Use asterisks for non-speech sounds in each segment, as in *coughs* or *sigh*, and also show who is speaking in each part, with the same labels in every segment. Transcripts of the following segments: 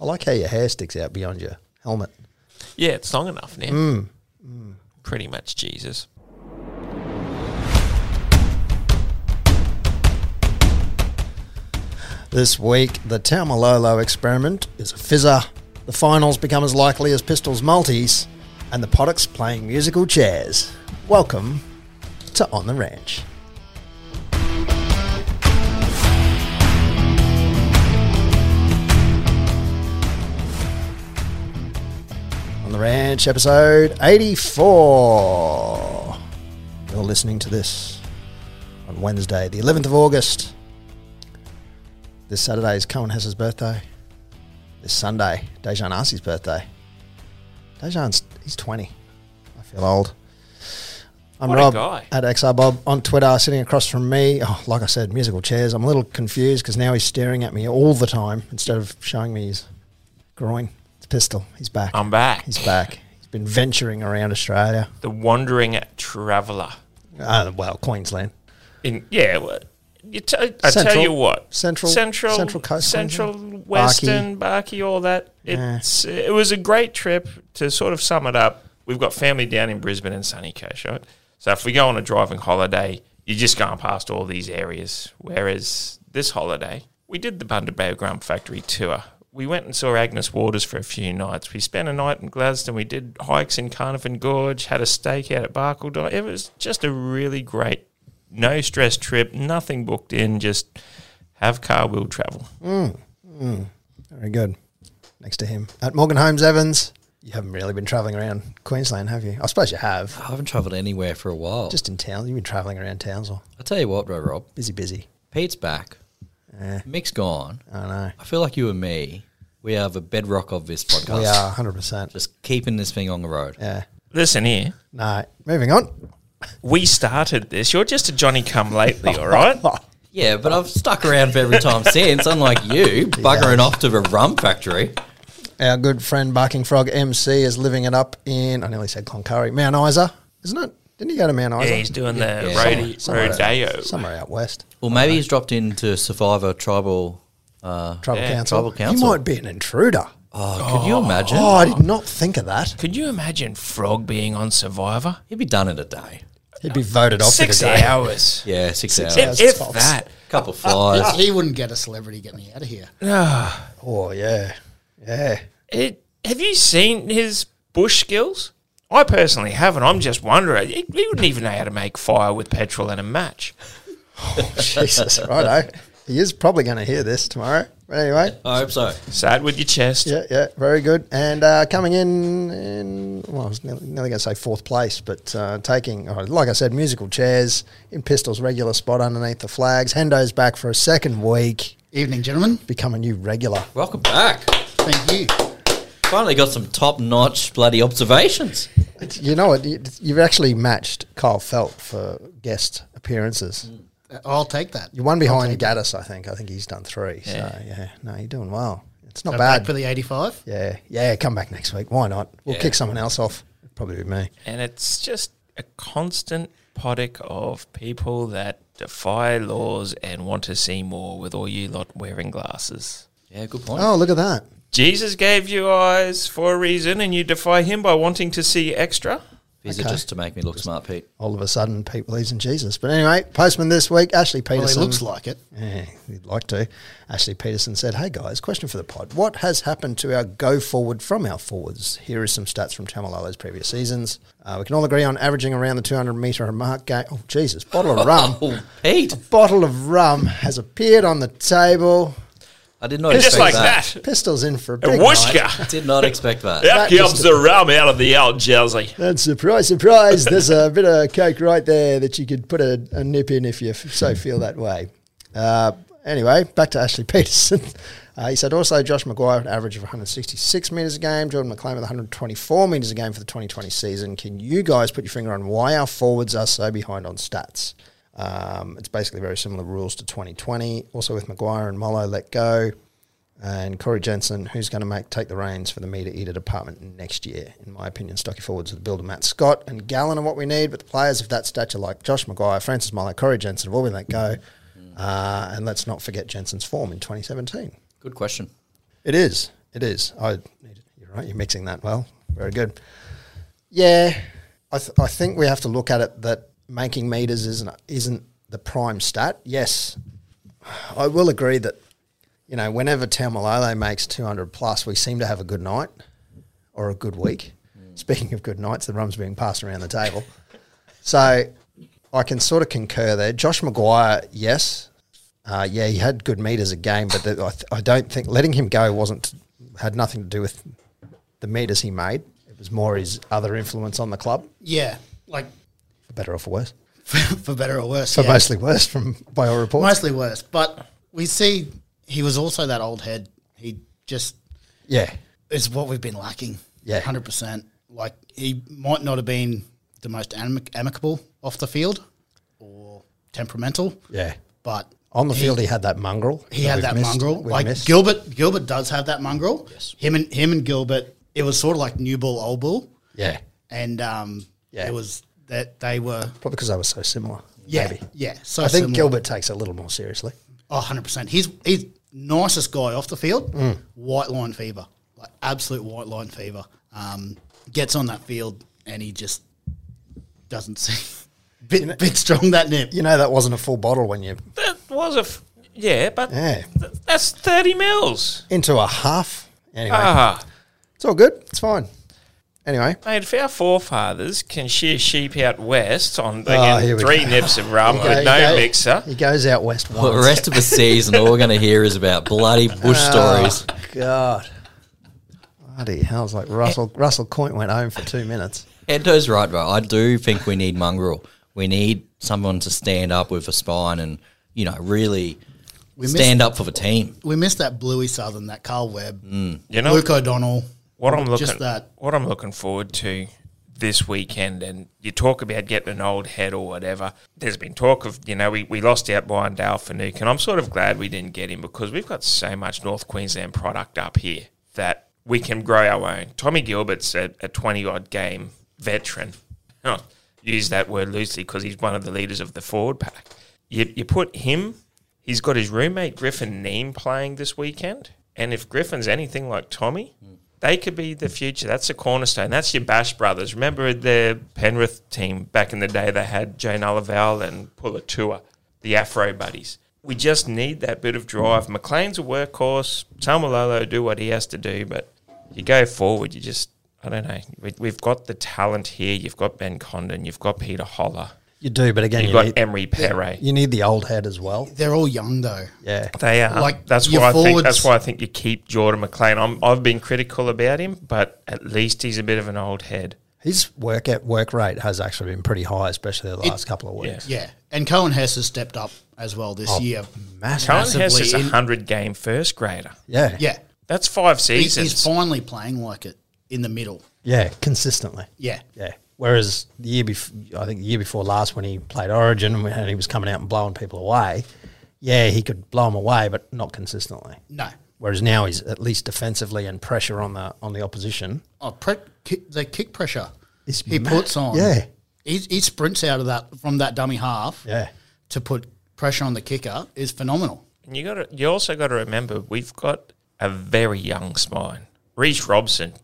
Speaker 1: I like how your hair sticks out beyond your helmet.
Speaker 2: Yeah, it's long enough now.
Speaker 1: Mm.
Speaker 2: Pretty much Jesus.
Speaker 1: This week, the Taumalolo experiment is a fizzer. The finals become as likely as Pistols Multis, and the Poddocks playing musical chairs. Welcome to On the Ranch. On the Ranch, episode 84. You're listening to this on Wednesday, the 11th of August, this Saturday is Cohen Hess's birthday. This Sunday, Dejan Arce's birthday. Dejan's he's twenty. I feel old. I'm
Speaker 2: What a
Speaker 1: Rob
Speaker 2: guy.
Speaker 1: at XR Bob on Twitter. Sitting across from me, oh, like I said, musical chairs. I'm a little confused because now he's staring at me all the time instead of showing me his groin, his pistol. He's back.
Speaker 2: I'm back.
Speaker 1: he's back. He's been venturing around Australia.
Speaker 2: The wandering traveller.
Speaker 1: Uh, well, Queensland.
Speaker 2: In yeah, well, you t- I
Speaker 1: Central-
Speaker 2: tell you what,
Speaker 1: Central-
Speaker 2: central,
Speaker 1: Central Coast,
Speaker 2: central
Speaker 1: Queensland?
Speaker 2: western, Barkey, all that.
Speaker 1: Yeah.
Speaker 2: It's it was a great trip. To sort of sum it up, we've got family down in Brisbane and Sunny Coast, right? So if we go on a driving holiday, you're just going past all these areas. Whereas this holiday, we did the Bundaberg Rum Factory tour. We went and saw Agnes Waters for a few nights. We spent a night in Gladstone. We did hikes in Carnarvon Gorge, had a steak out at Barkledine. It was just a really great no stress trip, nothing booked in, just have car, will travel.
Speaker 1: Very good. Next to him at Morgan Holmes Evans. You haven't really been travelling around Queensland, have you? I suppose you have.
Speaker 3: I haven't travelled anywhere for a while.
Speaker 1: Just in town. You've been travelling around Townsville.
Speaker 3: I'll tell you what, bro, Rob.
Speaker 1: Busy, busy.
Speaker 3: Pete's back.
Speaker 1: Eh.
Speaker 3: Mick's gone.
Speaker 1: I know.
Speaker 3: I feel like you and me, we have a bedrock of this podcast.
Speaker 1: We are 100%.
Speaker 3: Just keeping this thing on the road.
Speaker 1: Yeah.
Speaker 2: Listen here,
Speaker 1: No. Moving on.
Speaker 2: we started this. You're just a Johnny come lately, all right?
Speaker 3: Yeah, but I've stuck around for every time since,
Speaker 1: *laughs*
Speaker 3: unlike you, buggering off to the rum factory.
Speaker 1: *laughs* Our good friend Barking Frog MC is living it up in, I nearly said Cloncurry, Mount Isa, isn't it? Didn't he go to Mount Isa?
Speaker 2: *laughs* Yeah, he's doing the
Speaker 3: Yeah,
Speaker 2: rode-
Speaker 1: somewhere,
Speaker 2: rodeo.
Speaker 1: Out, somewhere out west.
Speaker 3: Well, maybe he's dropped into Survivor Tribal. Uh,
Speaker 1: Tribal,
Speaker 2: Yeah,
Speaker 1: council.
Speaker 3: Tribal Council.
Speaker 1: You might be an intruder.
Speaker 3: oh, could you imagine?
Speaker 1: Oh, I did not think of that.
Speaker 2: Could you imagine Frog being on Survivor?
Speaker 3: He'd be done in a day.
Speaker 1: He'd be voted off
Speaker 2: Six
Speaker 1: for today.
Speaker 2: hours.
Speaker 3: *laughs* Yeah, six, hours.
Speaker 1: hours.
Speaker 2: If, if that.
Speaker 3: Couple flies.
Speaker 1: *laughs*
Speaker 4: He wouldn't get a celebrity. Get me out of here.
Speaker 1: Oh, yeah. Yeah.
Speaker 2: *sighs* It, have you seen his bush skills? I personally haven't. I'm just wondering. He, he wouldn't even know how to make fire with petrol and a match.
Speaker 1: Jesus, righto. He is probably going to hear this tomorrow. But anyway,
Speaker 3: I hope so.
Speaker 2: Say it with your chest.
Speaker 1: yeah, yeah, very good. And uh, coming in, in, well, I was nearly, nearly going to say fourth place, but uh, taking, oh, like I said, musical chairs in Pistols' regular spot underneath the flags. Hendo's back for a second week,
Speaker 4: Evening, gentlemen.
Speaker 1: become a new regular.
Speaker 3: Welcome back.
Speaker 4: Thank you.
Speaker 3: Finally got some top notch bloody observations.
Speaker 1: It's- You know what? you- You've actually matched Kyle Felt for guest appearances.
Speaker 4: Uh, I'll take that.
Speaker 1: You're one behind Gaddis, I think. I think he's done three. So, yeah, no, you're doing well. It's not bad.
Speaker 4: Back for the eighty-five.
Speaker 1: Yeah, yeah, come back next week. Why not? We'll kick someone else off. Probably be me.
Speaker 2: and it's just a constant podic of people that defy laws and want to see more with all you lot wearing glasses.
Speaker 3: Yeah, good point.
Speaker 1: Oh, look at that.
Speaker 2: Jesus gave you eyes for a reason and you defy him by wanting to see extra?
Speaker 3: These are just to make me look smart, Pete.
Speaker 1: All of a sudden, Pete believes in Jesus. But anyway, postman this week, Ashley
Speaker 4: Well, he
Speaker 1: Peterson.
Speaker 4: looks like it.
Speaker 1: Yeah, he'd like to. Ashley Peterson said, Hey guys, question for the pod. What has happened to our go forward from our forwards? Here are some stats from Tamalolo's previous seasons. Uh, we can all agree on averaging around the 200 metre mark game. Oh, Jesus, bottle of rum.
Speaker 4: *laughs*
Speaker 3: Oh, Pete,
Speaker 1: bottle of rum has appeared on the table.
Speaker 3: I did not
Speaker 2: Just like
Speaker 3: expect that.
Speaker 2: that.
Speaker 1: Pistols in for a big
Speaker 2: A
Speaker 1: night.
Speaker 2: washka.
Speaker 3: Did not expect that.
Speaker 1: just-
Speaker 2: That gives the rum out of the old jersey.
Speaker 1: And surprise, surprise, there's a bit of coke right there that you could put a, a nip in if you f- so feel that way. Uh, anyway, back to Ashley Peterson. Uh, he said also Josh Maguire, an average of 166 metres a game, Jordan McClain with 124 metres a game for the 2020 season. Can you guys put your finger on why our forwards are so behind on stats? Um, it's basically very similar rules to 2020. Also with Maguire and Molo let go and Corey Jensen, who's going to make take the reins for the meter eater department next year. In my opinion, stocky forwards with builder Matt Scott and Gallen are what we need, but the players of that stature like Josh Maguire, Francis Milo, Corey Jensen will we let go. Uh, and let's not forget Jensen's form in 2017.
Speaker 3: Good question.
Speaker 1: It is. It is. I you're right. You're mixing that well. Very good. Yeah, I, th- I think we have to look at it that making meters isn't isn't the prime stat. Yes, I will agree that you know whenever Tamalolo makes 200 plus, we seem to have a good night or a good week. Speaking of good nights, the rum's being passed around the table. So I can sort of concur there. Josh Maguire, yes. Uh, yeah, he had good meters a game, but the, I, th- I don't think letting him go wasn't had nothing to do with the meters he made. It was more his other influence on the club,
Speaker 4: Yeah, like *laughs*
Speaker 1: for better or for worse,
Speaker 4: for better or worse.
Speaker 1: but
Speaker 4: yeah.
Speaker 1: mostly worse from by all reports.
Speaker 4: mostly worse. But we see he was also that old head. He just
Speaker 1: yeah,
Speaker 4: is what we've been lacking.
Speaker 1: Yeah.
Speaker 4: hundred percent. Like he might not have been the most amic- amicable off the field or temperamental.
Speaker 1: yeah.
Speaker 4: but
Speaker 1: On the field, he had that mongrel.
Speaker 4: he had
Speaker 1: we've
Speaker 4: that
Speaker 1: missed-
Speaker 4: mongrel.
Speaker 1: we've
Speaker 4: Like
Speaker 1: missed.
Speaker 4: Gilbert, Gilbert does have that mongrel. Yes, him and him and Gilbert. It was sort of like new bull, old bull,
Speaker 1: yeah,
Speaker 4: and um,
Speaker 1: Yeah.
Speaker 4: it was that they were.
Speaker 1: probably because they were so similar.
Speaker 4: Yeah,
Speaker 1: maybe.
Speaker 4: yeah. So
Speaker 1: I think
Speaker 4: similar.
Speaker 1: Gilbert takes it a little more seriously.
Speaker 4: Oh, 100%. He's he's nicest guy off the field.
Speaker 1: Mm.
Speaker 4: White line fever. Like absolute white line fever. Um, gets on that field and he just doesn't *laughs* see bit bit strong that nip.
Speaker 1: You know, that wasn't a full bottle when you
Speaker 2: That was a f- yeah, but
Speaker 1: Yeah.
Speaker 2: th- that's thirty mils.
Speaker 1: into a half. Anyway,
Speaker 2: Ah,
Speaker 1: it's all good. It's fine. Anyway,
Speaker 2: mate, if our forefathers can shear sheep out west on they
Speaker 1: Oh,
Speaker 2: get
Speaker 1: here we
Speaker 2: three
Speaker 1: go.
Speaker 2: nips of rum
Speaker 1: Uh, He
Speaker 2: with
Speaker 1: go- he
Speaker 2: no
Speaker 1: go-
Speaker 2: mixer,
Speaker 1: He goes out west once.
Speaker 3: Well, the rest of the season, all we're going to hear is about bloody bush
Speaker 1: Oh.
Speaker 3: stories.
Speaker 1: God. Bloody hell. It's like Russell, Russell Coint went home for two minutes.
Speaker 3: Anto's right, bro. I do think we need mongrel. We need someone to stand up with a spine and you know really
Speaker 4: missed-
Speaker 3: stand up for the team.
Speaker 4: We missed that Bluey Southern, that Carl Webb,
Speaker 2: you know
Speaker 4: Luke O'Donnell.
Speaker 2: what I'm looking
Speaker 4: just that.
Speaker 2: what I'm looking forward to this weekend. And you talk about getting an old head or whatever. There's been talk of you know we, we lost out Brian Dale Fanuc, and I'm sort of glad we didn't get him because we've got so much North Queensland product up here that we can grow our own. Tommy Gilbert's a, a 20 odd game veteran. I'll use that word loosely because he's one of the leaders of the forward pack. You, you put him He's got his roommate Griffin Neem playing this weekend. And if Griffin's anything like Tommy, they could be the future. That's a cornerstone. That's your Bash brothers. Remember the Penrith team back in the day? They had Jane Olaval and Pulatua, the Afro buddies. We just need that bit of drive. McLean's a workhorse. Tamalolo do what he has to do, but you go forward. You just, I don't know. We, we've got the talent here. You've got Ben Condon. You've got Peter Holler.
Speaker 1: You do, but again,
Speaker 2: You've
Speaker 1: you
Speaker 2: got
Speaker 1: need,
Speaker 2: Emery Perret.
Speaker 1: you need the old head as well.
Speaker 4: They're all young though.
Speaker 1: Yeah.
Speaker 2: They are.
Speaker 4: Like,
Speaker 2: that's
Speaker 4: your
Speaker 2: why I think
Speaker 4: forwards-
Speaker 2: that's why I think you keep Jordan McLean. I'm, I've been critical about him, but at least he's a bit of an old head.
Speaker 1: His work at work rate has actually been pretty high, especially the last couple of weeks.
Speaker 4: Yeah. And Cohen Hess has stepped up as well
Speaker 1: Oh.
Speaker 4: this year.
Speaker 1: Massive.
Speaker 2: Cohen Hess
Speaker 4: Massively
Speaker 2: is a
Speaker 4: in-
Speaker 2: hundred game first grader.
Speaker 1: Yeah.
Speaker 4: Yeah.
Speaker 2: That's five
Speaker 4: He-
Speaker 2: seasons.
Speaker 4: he's finally playing like it in the middle.
Speaker 1: Yeah, Consistently.
Speaker 4: Yeah.
Speaker 1: Yeah. Whereas the year before, I think the year before last, when he played Origin and when- and he was coming out and blowing people away, yeah, he could blow them away, but not consistently.
Speaker 4: No.
Speaker 1: Whereas now he's at least defensively and pressure on the on the opposition.
Speaker 4: Oh, pre- ki- the kick pressure
Speaker 1: It's
Speaker 4: he
Speaker 1: ma-
Speaker 4: puts on.
Speaker 1: yeah.
Speaker 4: he, he sprints out of that from that dummy half.
Speaker 1: Yeah.
Speaker 4: to put pressure on the kicker is phenomenal.
Speaker 2: And you got to, you also got to remember we've got a very young spine. Reece Robson,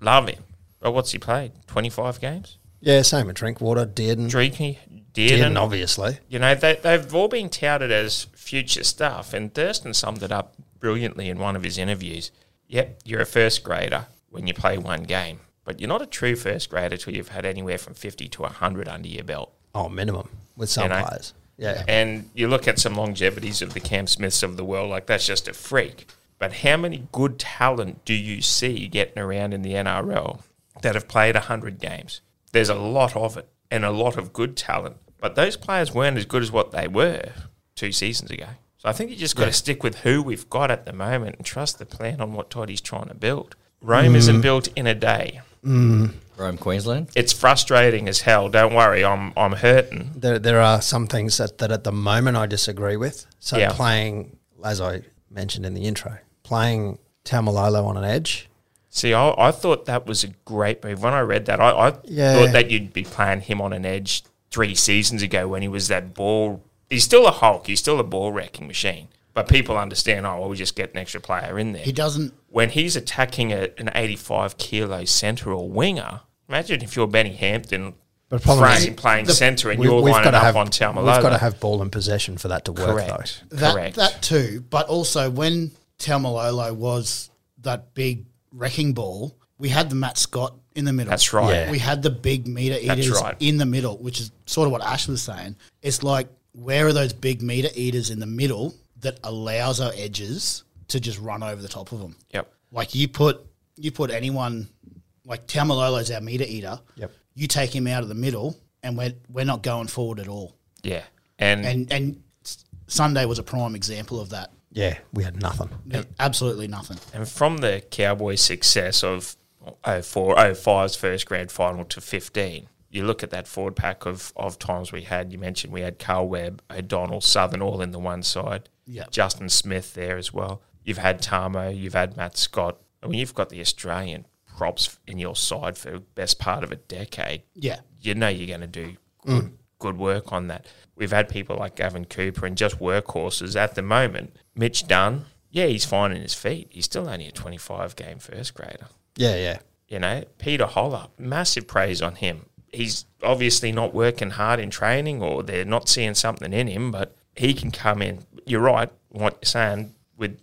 Speaker 2: love him, but what's he played? Twenty five games.
Speaker 1: Yeah, same with Drinkwater, Dearden,
Speaker 2: Dreaky,
Speaker 1: Dearden,
Speaker 2: Dearden,
Speaker 1: obviously.
Speaker 2: You know, they, they've all been touted as future stuff, and Thurston summed it up brilliantly in one of his interviews. Yep, you're a first grader when you play one game, but you're not a true first grader till you've had anywhere from 50 to 100 under your belt.
Speaker 1: Oh, minimum with some
Speaker 2: You know?
Speaker 1: players. Yeah.
Speaker 2: And you look at some longevities of the Cam Smiths of the world, like that's just a freak. But how many good talent do you see getting around in the NRL that have played 100 games? There's a lot of it and a lot of good talent. But those players weren't as good as what they were two seasons ago. So I think you just got to stick with who we've got at the moment and trust the plan on what Toddy's trying to build. Rome isn't built in a day.
Speaker 3: Rome, Queensland.
Speaker 2: It's frustrating as hell. Don't worry, I'm I'm hurting.
Speaker 1: There, there are some things that, that at the moment I disagree with. So
Speaker 2: Yeah.
Speaker 1: playing, as I mentioned in the intro, playing Tamalolo on an edge.
Speaker 2: See, I, I thought that was a great move. When I read that, I, I
Speaker 1: Yeah.
Speaker 2: thought that you'd be playing him on an edge three seasons ago when he was that ball. He's still a Hulk. He's still a ball wrecking machine. But people understand, oh, well, we just get an extra player in there.
Speaker 4: He doesn't.
Speaker 2: when he's attacking a, an 85 kilo centre or winger, imagine if you're Benny Hampton
Speaker 1: But the problem is-
Speaker 2: frame playing
Speaker 4: The-
Speaker 2: centre and
Speaker 1: We-
Speaker 2: you're lining
Speaker 1: gotta
Speaker 2: up on Talmalola.
Speaker 1: We've got to have ball and possession for that to work,
Speaker 2: Correct.
Speaker 4: That,
Speaker 2: Correct.
Speaker 4: that too, but also when Tamalolo was that big wrecking ball, we had the Matt Scott in the middle.
Speaker 2: That's right.
Speaker 1: Yeah.
Speaker 4: We had the big meter
Speaker 2: That's
Speaker 4: eaters
Speaker 2: right.
Speaker 4: in the middle, which is sort of what Ash was saying. It's like where are those big meter eaters in the middle that allows our edges to just run over the top of them?
Speaker 2: Yep.
Speaker 4: Like you put you put anyone like Tamalolo's our meter eater.
Speaker 1: Yep.
Speaker 4: You take him out of the middle, and we're we're not going forward at all
Speaker 2: Yeah. And,
Speaker 4: and and S- Sunday was a prime example of that.
Speaker 1: Yeah, we had nothing.
Speaker 4: Absolutely nothing.
Speaker 2: and from the Cowboys' success of oh, 04, 05's first grand final to 15, you look at that forward pack of, of times we had. You mentioned we had Carl Webb, O'Donnell, Southern all in the one side.
Speaker 4: Yeah.
Speaker 2: Justin Smith there as well. You've had Tamo, you've had Matt Scott. I mean, you've got the Australian props in your side for the best part of a decade.
Speaker 4: Yeah.
Speaker 2: you know you're going to do good, good work on that. We've had people like Gavin Cooper and just workhorses at the moment. Mitch Dunn, yeah, he's finding his feet. He's still only a 25 game first grader.
Speaker 1: Yeah, yeah.
Speaker 2: You know, Peter Holler, massive praise on him. He's obviously not working hard in training or they're not seeing something in him, but he can come in. You're right, what you're saying with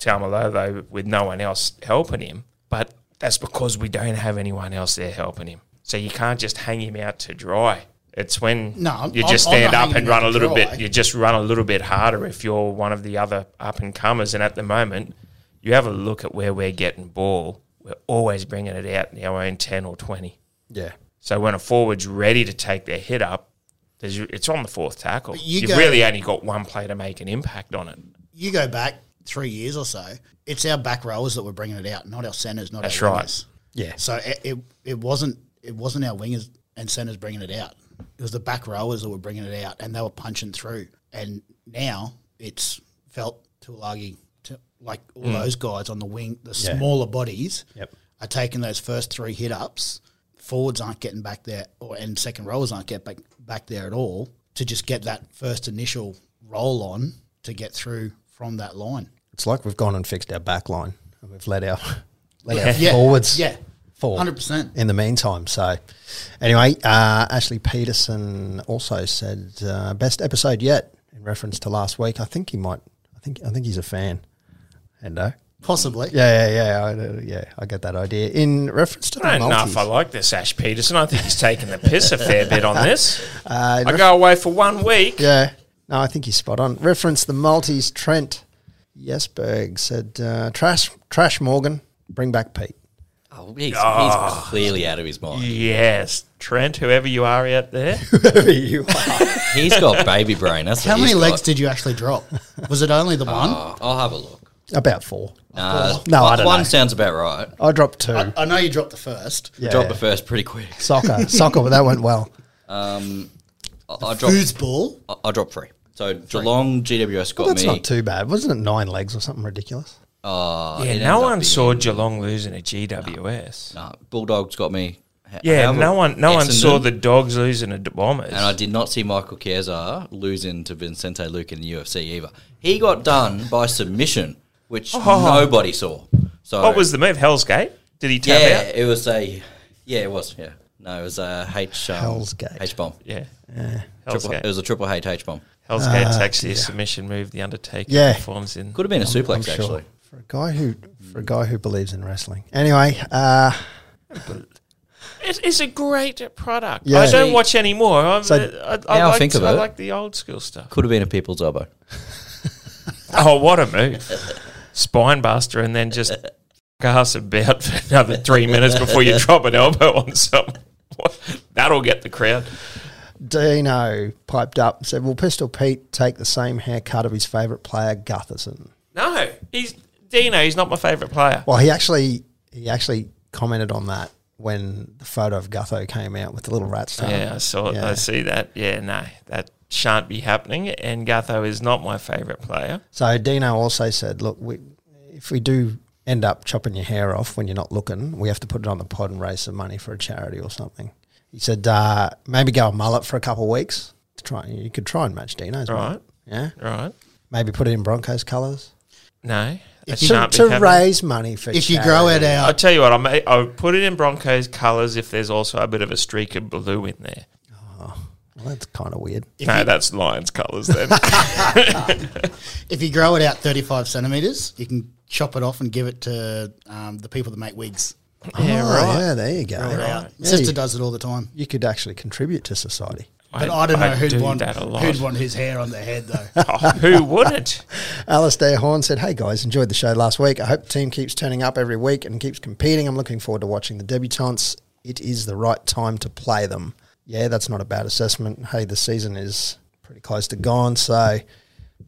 Speaker 2: Tamalolo, with no one else helping him, but that's because we don't have anyone else there helping him. So you can't just hang him out to dry. It's when
Speaker 4: No, I'm-
Speaker 2: you
Speaker 4: I'm-
Speaker 2: just
Speaker 4: I'm
Speaker 2: stand
Speaker 4: not
Speaker 2: up
Speaker 4: hanging
Speaker 2: and
Speaker 4: him out
Speaker 2: run a
Speaker 4: to
Speaker 2: little
Speaker 4: dry.
Speaker 2: bit. You just run a little bit harder if you're one of the other up and comers. And at the moment, you have a look at where we're getting ball. We're always bringing it out in our own ten or twenty.
Speaker 1: Yeah.
Speaker 2: So when a forward's ready to take their hit up, there's, it's on the fourth tackle.
Speaker 4: you
Speaker 2: You
Speaker 4: go-
Speaker 2: have really only got one play to make an impact on it.
Speaker 4: You go back three years or so, it's our back rowers that were bringing it out, not our centers, not
Speaker 2: That's
Speaker 4: our
Speaker 2: right.
Speaker 4: wingers.
Speaker 1: Yeah.
Speaker 4: So it, it it wasn't it wasn't our wingers and centers bringing it out. It was the back rowers that were bringing it out, and they were punching through. And now it's felt Tulagi, to, like all those guys on the wing, the
Speaker 1: Mm. Yeah.
Speaker 4: smaller bodies
Speaker 1: Yep.
Speaker 4: are taking those first three hit ups. Forwards aren't getting back there, or and second rollers aren't get back back there at all to just get that first initial roll on to get through from that line.
Speaker 1: It's like we've gone and fixed our back line and we've let our *laughs* let our
Speaker 4: Yeah.
Speaker 1: forwards
Speaker 4: Yeah.
Speaker 1: fall.
Speaker 4: 100%.
Speaker 1: In the meantime, so anyway, uh, Ashley Peterson also said uh, best episode yet in reference to last week. I think he might. I think I think he's a fan. Hendo.
Speaker 4: Possibly,
Speaker 1: Yeah, yeah, yeah, I, uh, yeah. I get that idea. In reference to the
Speaker 2: I don't know
Speaker 1: multis,
Speaker 2: if I like this Ash Peterson. I think he's taking the piss a fair bit on this.
Speaker 1: uh, in
Speaker 2: I go away for one week.
Speaker 1: Yeah. No, I think he's spot on. Reference the Maltese Trent Yesberg said, uh, trash, trash Morgan, bring back Pete. *laughs*
Speaker 3: Oh, he's, he's clearly out of his mind.
Speaker 2: Yes, Trent, whoever you are out there.
Speaker 1: Whoever you are.
Speaker 3: He's got baby brain. That's
Speaker 4: How
Speaker 3: what
Speaker 4: many
Speaker 3: he's
Speaker 4: legs
Speaker 3: got.
Speaker 4: did you actually drop? Was it only the *laughs* one?
Speaker 3: Oh, I'll have a look.
Speaker 1: About four.
Speaker 3: Uh,
Speaker 1: No, I
Speaker 3: one-
Speaker 1: don't
Speaker 3: One
Speaker 1: know.
Speaker 3: sounds about right.
Speaker 1: I dropped two.
Speaker 4: I know you dropped the first.
Speaker 1: yeah.
Speaker 3: Dropped the first pretty quick.
Speaker 1: Soccer, soccer, but that went well.
Speaker 3: I, I dropped.
Speaker 4: Who's ball?
Speaker 3: I, I dropped three. So Geelong GWS got
Speaker 2: Oh,
Speaker 1: Well, that's
Speaker 3: me.
Speaker 1: not too bad. Wasn't it nine legs or something ridiculous?
Speaker 3: Uh, it
Speaker 2: Yeah,
Speaker 3: ended
Speaker 2: no
Speaker 3: up
Speaker 2: one
Speaker 3: being-
Speaker 2: saw Geelong losing a GWS.
Speaker 3: No, Uh, Bulldogs got me. H-
Speaker 2: Yeah,
Speaker 3: however,
Speaker 2: no one, no one saw
Speaker 3: Essendon,
Speaker 2: the Dogs losing a Bombers.
Speaker 3: And I did not see Michael Chiesa losing to Vincente Luke in the UFC either. He got done by submission,
Speaker 2: *laughs*
Speaker 3: which nobody saw. So
Speaker 2: Oh. what was the move? Hell's Gate? Did he tap
Speaker 3: Yeah,
Speaker 2: out?
Speaker 3: it was a. Yeah, it was. Yeah, no, it was a H. Um,
Speaker 1: Hell's Gate.
Speaker 3: H bomb.
Speaker 2: Yeah. Hell's
Speaker 3: Triple,
Speaker 2: Gate.
Speaker 3: it was a triple H H bomb.
Speaker 2: Hell's Gate's actually a submission move. The Undertaker
Speaker 1: Ah, Yeah.
Speaker 2: performs in.
Speaker 3: Could have been a suplex
Speaker 1: I'm
Speaker 3: actually.
Speaker 1: sure. For a guy who, for a guy who believes in wrestling. Anyway, uh,
Speaker 2: It's, it's a great product.
Speaker 1: Yeah.
Speaker 2: I don't
Speaker 3: See-
Speaker 2: watch anymore. I'm, uh,
Speaker 1: So,
Speaker 2: I, I,
Speaker 3: now I
Speaker 2: like,
Speaker 3: think of
Speaker 2: I
Speaker 3: it-
Speaker 2: like the old school stuff.
Speaker 3: Could have been a people's elbow.
Speaker 2: Oh, what a move!
Speaker 3: *laughs*
Speaker 2: Spine buster, and then just *laughs* cast about for another three minutes before
Speaker 3: *laughs*
Speaker 2: you drop an elbow on someone. *laughs* That'll get the crowd.
Speaker 1: Dino piped up and said, "Will Pistol Pete take the same haircut of his favourite player, Gutherson?"
Speaker 2: No, he's Dino. He's not my favourite player.
Speaker 1: Well, he actually he actually commented on that when the photo of Gutho came out with the little rat's tail.
Speaker 2: Yeah, I saw.
Speaker 1: Yeah.
Speaker 2: I see that. Yeah, no, that shan't be happening. And Gutho is not my favourite player.
Speaker 1: So Dino also said, "Look, we, if we do end up chopping your hair off when you're not looking, we have to put it on the pod and raise some money for a charity or something." He said, uh, "Maybe go a mullet for a couple of weeks to try. You could try and match Dino's, mullet.
Speaker 2: Right,
Speaker 1: Yeah,
Speaker 2: right.
Speaker 1: Maybe put it in Broncos colours
Speaker 2: No, that
Speaker 1: to,
Speaker 2: shan't be
Speaker 1: to
Speaker 2: happening.
Speaker 1: raise money for.
Speaker 4: If you grow it
Speaker 2: I'll
Speaker 4: out,
Speaker 2: tell you what, I may, I'll put it in Broncos colours if there's also a bit of a streak of blue in there.
Speaker 1: Well, that's kind of weird.
Speaker 2: no, that's Lions colours
Speaker 4: *laughs*
Speaker 2: then.
Speaker 4: if you grow it out 35 centimeters, you can chop it off and give it to um, the people that make wigs.
Speaker 2: *laughs* yeah,
Speaker 1: oh,
Speaker 2: right.
Speaker 1: yeah, there you go.
Speaker 4: Out.
Speaker 1: Yeah,
Speaker 4: Sister
Speaker 1: you-
Speaker 4: does it all the time.
Speaker 1: you could actually contribute to society.
Speaker 4: But I, don't know who'd
Speaker 2: do
Speaker 4: want
Speaker 2: that a lot.
Speaker 4: who'd want his hair on their head though.
Speaker 2: *laughs*
Speaker 4: *laughs*
Speaker 2: Oh, who wouldn't?
Speaker 1: Alistair Horn said, Hey guys, enjoyed the show last week. I hope the team keeps turning up every week and keeps competing. I'm looking forward to watching the debutantes. It is the right time to play them. Yeah, that's not a bad assessment. Hey, the season is pretty close to gone, so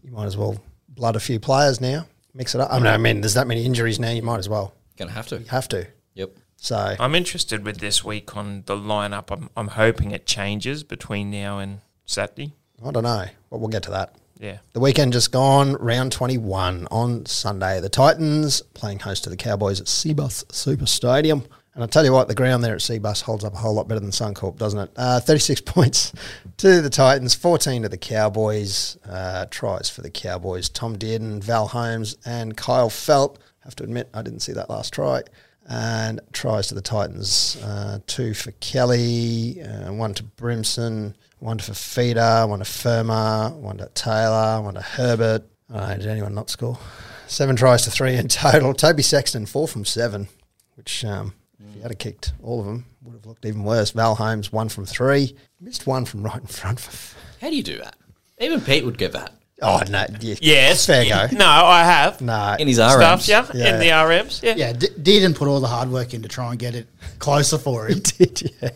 Speaker 1: you might as well blood a few players now. Mix it up. I mean, I mean, there's that many injuries now, you might as well.
Speaker 3: Gonna have to.
Speaker 1: You have to.
Speaker 3: Yep.
Speaker 1: So,
Speaker 2: I'm interested with this week on the lineup. I'm, I'm hoping it changes between now and Saturday.
Speaker 1: I don't know, but we'll get to that.
Speaker 2: Yeah.
Speaker 1: The weekend just gone, round 21 on Sunday. The Titans playing host to the Cowboys at Seabus Super Stadium. And I tell you what, the ground there at Seabus holds up a whole lot better than Suncorp, doesn't it? Uh, 36 *laughs* points to the Titans, 14 to the Cowboys. Uh, tries for the Cowboys. Tom Dearden, Val Holmes, and Kyle Felt. Have to admit, I didn't see that last try. And tries to the Titans. Uh, two for Kelly, uh, one to Brimson, one for Feeder, one to Firma, one to Taylor, one to Herbert. Uh, did anyone not score? Seven tries to three in total. Toby Sexton, four from seven, which um, if he had have kicked all of them, would have looked even worse. Val Holmes, one from three. Missed one from right in front. For
Speaker 3: How do you do that? Even Pete would get that
Speaker 1: oh, no. Yeah,
Speaker 2: Yes.
Speaker 1: Fair go.
Speaker 2: No, I have.
Speaker 1: No.
Speaker 3: in his
Speaker 2: Stuff,
Speaker 3: RMs.
Speaker 2: yeah,
Speaker 1: Yeah.
Speaker 2: In the RMs. Yeah.
Speaker 4: yeah, D- Dearden put all the hard work in to try and get it closer for *laughs* him.
Speaker 1: *laughs* did, yeah.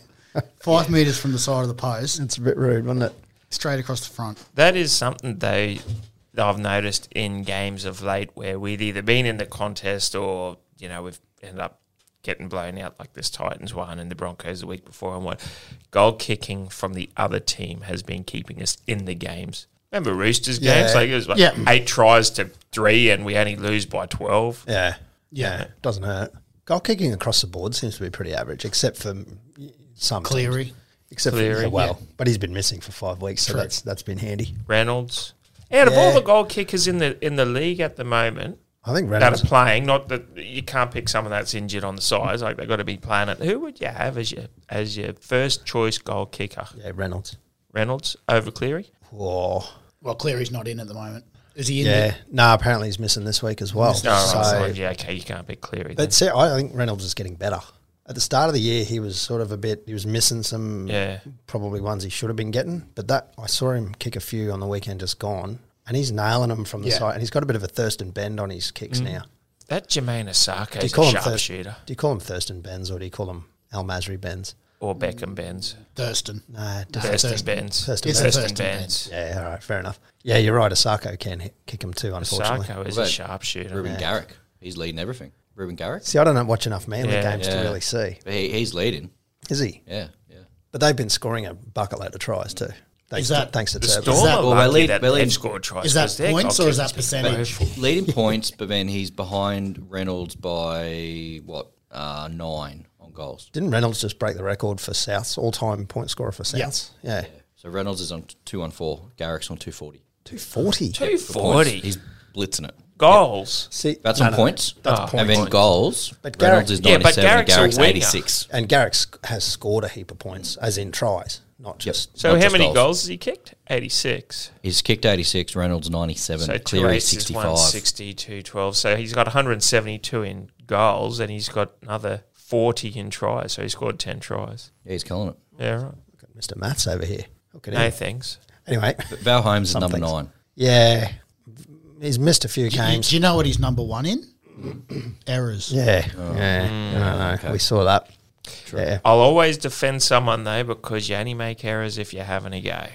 Speaker 4: Five meters from the side of the post,
Speaker 1: It's a bit rude, wasn't it?
Speaker 4: straight across the front.
Speaker 2: That is something, though, that I've noticed in games of late where we've either been in the contest or, you know, we've ended up getting blown out like this Titans one and the Broncos the week before and what. Goal kicking from the other team has been keeping us in the games. Remember Roosters games?
Speaker 1: Yeah.
Speaker 2: Like it was like
Speaker 4: Yeah.
Speaker 2: eight tries to three and we only lose by 12.
Speaker 1: Yeah.
Speaker 4: Yeah.
Speaker 1: Doesn't hurt. Goal kicking across the board seems to be pretty average, except for mm, some. teams.
Speaker 4: Cleary.
Speaker 1: Except for
Speaker 2: Cleary,
Speaker 1: yeah, well, but he's been missing for five weeks, so that's that's been handy.
Speaker 2: Reynolds. Out of all
Speaker 1: Yeah.
Speaker 2: the goal kickers in the in the league at the moment,
Speaker 1: I think
Speaker 2: that
Speaker 1: Reynolds.
Speaker 2: are playing. Not that you can't pick someone that's injured on the sides. Like they've got to be playing it. Who would you have as your as your first choice goal kicker?
Speaker 1: Yeah, Reynolds.
Speaker 2: Reynolds over Cleary.
Speaker 1: Whoa.
Speaker 4: Well, Cleary's not in at the moment. Is he in?
Speaker 1: Yeah. No, apparently he's missing this week as well.
Speaker 2: No, right,
Speaker 1: so,
Speaker 2: fine. Oh, yeah, okay, you can't pick Cleary. then.
Speaker 1: But see, I think Reynolds is getting better. At the start of the year, he was sort of a bit. He was missing some,
Speaker 2: Yeah.
Speaker 1: probably ones he should have been getting. But that I saw him kick a few on the weekend, just gone, and he's nailing them from the
Speaker 4: Yeah.
Speaker 1: side. And he's got a bit of a Thurston bend on his kicks now.
Speaker 2: That Jermaine
Speaker 1: Do
Speaker 2: Asako
Speaker 1: you
Speaker 2: is
Speaker 1: call
Speaker 2: a
Speaker 1: him Thur-
Speaker 2: sharpshooter
Speaker 1: Do you call him Thurston bends or do you call him Al Masri bends?
Speaker 2: or Beckham Benz.
Speaker 4: Thurston.
Speaker 1: No, it doesn't.
Speaker 2: Thurston
Speaker 4: Thurston.
Speaker 2: Benz.
Speaker 1: Thurston
Speaker 4: It's a
Speaker 1: Benz.
Speaker 2: Thurston
Speaker 4: Thurston
Speaker 2: Benz.
Speaker 1: Yeah, all right, fair enough. Yeah, you're right. Asako can hit, kick him too, unfortunately.
Speaker 2: Asako is
Speaker 3: What
Speaker 2: a
Speaker 3: about
Speaker 2: sharpshooter.
Speaker 3: Ruben Garrick. He's leading everything. Ruben Garrick.
Speaker 1: See, I don't watch enough Manly
Speaker 2: Yeah.
Speaker 1: games
Speaker 3: Yeah.
Speaker 1: to really see.
Speaker 3: He, he's leading.
Speaker 1: Is he?
Speaker 3: Yeah. Yeah.
Speaker 1: But they've been scoring a bucket load of tries too. Thanks,
Speaker 4: Is that-
Speaker 1: to, thanks to
Speaker 2: The
Speaker 1: Turbo.
Speaker 2: Storm
Speaker 3: that-
Speaker 2: are
Speaker 3: well, they
Speaker 2: lucky
Speaker 3: lead-
Speaker 2: that
Speaker 3: they lead-
Speaker 2: they've scored tries.
Speaker 4: Is that
Speaker 2: 'cause their
Speaker 4: points
Speaker 2: goal
Speaker 4: or is that
Speaker 2: kicking's been
Speaker 4: percentage?
Speaker 2: woeful.
Speaker 3: leading points, but then he's behind Reynolds by what uh, nine on goals.
Speaker 1: Didn't Reynolds just break the record for South's all-time point scorer for Souths? Yeah,
Speaker 3: So Reynolds is on two on four. Garrick's on two forty.
Speaker 1: two forty.
Speaker 2: Two forty
Speaker 3: He's blitzing it.
Speaker 2: goals.
Speaker 1: See,
Speaker 3: That's
Speaker 1: no,
Speaker 3: on
Speaker 1: no.
Speaker 3: points.
Speaker 1: That's
Speaker 2: Ah.
Speaker 3: And
Speaker 1: points.
Speaker 3: then goals.
Speaker 1: But
Speaker 3: Reynolds is
Speaker 2: Garrick- Yeah, but
Speaker 3: ninety-seven. and
Speaker 2: Garrick's a
Speaker 3: Garrick's
Speaker 2: winger.
Speaker 3: eighty-six.
Speaker 1: And Garrick sc- has scored a heap of points, as in tries, not just.
Speaker 2: So
Speaker 3: Not
Speaker 2: how
Speaker 3: just
Speaker 2: many
Speaker 3: goals.
Speaker 2: goals has he kicked? Eighty six.
Speaker 3: He's kicked eighty-six. Reynolds ninety-seven.
Speaker 2: So
Speaker 3: Cleary
Speaker 2: Tourette's is
Speaker 3: sixty-five.
Speaker 2: 160, 212. So he's got 172 in goals and he's got another 40 in tries. So he scored 10 tries.
Speaker 3: Yeah, he's killing it.
Speaker 2: Yeah, right.
Speaker 1: Look at Mr. Maths over here. Look at
Speaker 2: No
Speaker 1: him.
Speaker 2: thanks.
Speaker 1: Anyway,
Speaker 3: Val Holmes is
Speaker 1: Some
Speaker 3: number
Speaker 1: things.
Speaker 3: nine.
Speaker 1: yeah, he's missed a few
Speaker 4: Do you,
Speaker 1: games.
Speaker 4: do you know what he's number one in? Errors.
Speaker 1: yeah, yeah, no, no, we saw that. Yeah,
Speaker 2: I'll always defend someone, though, because you only make errors if you're having a go.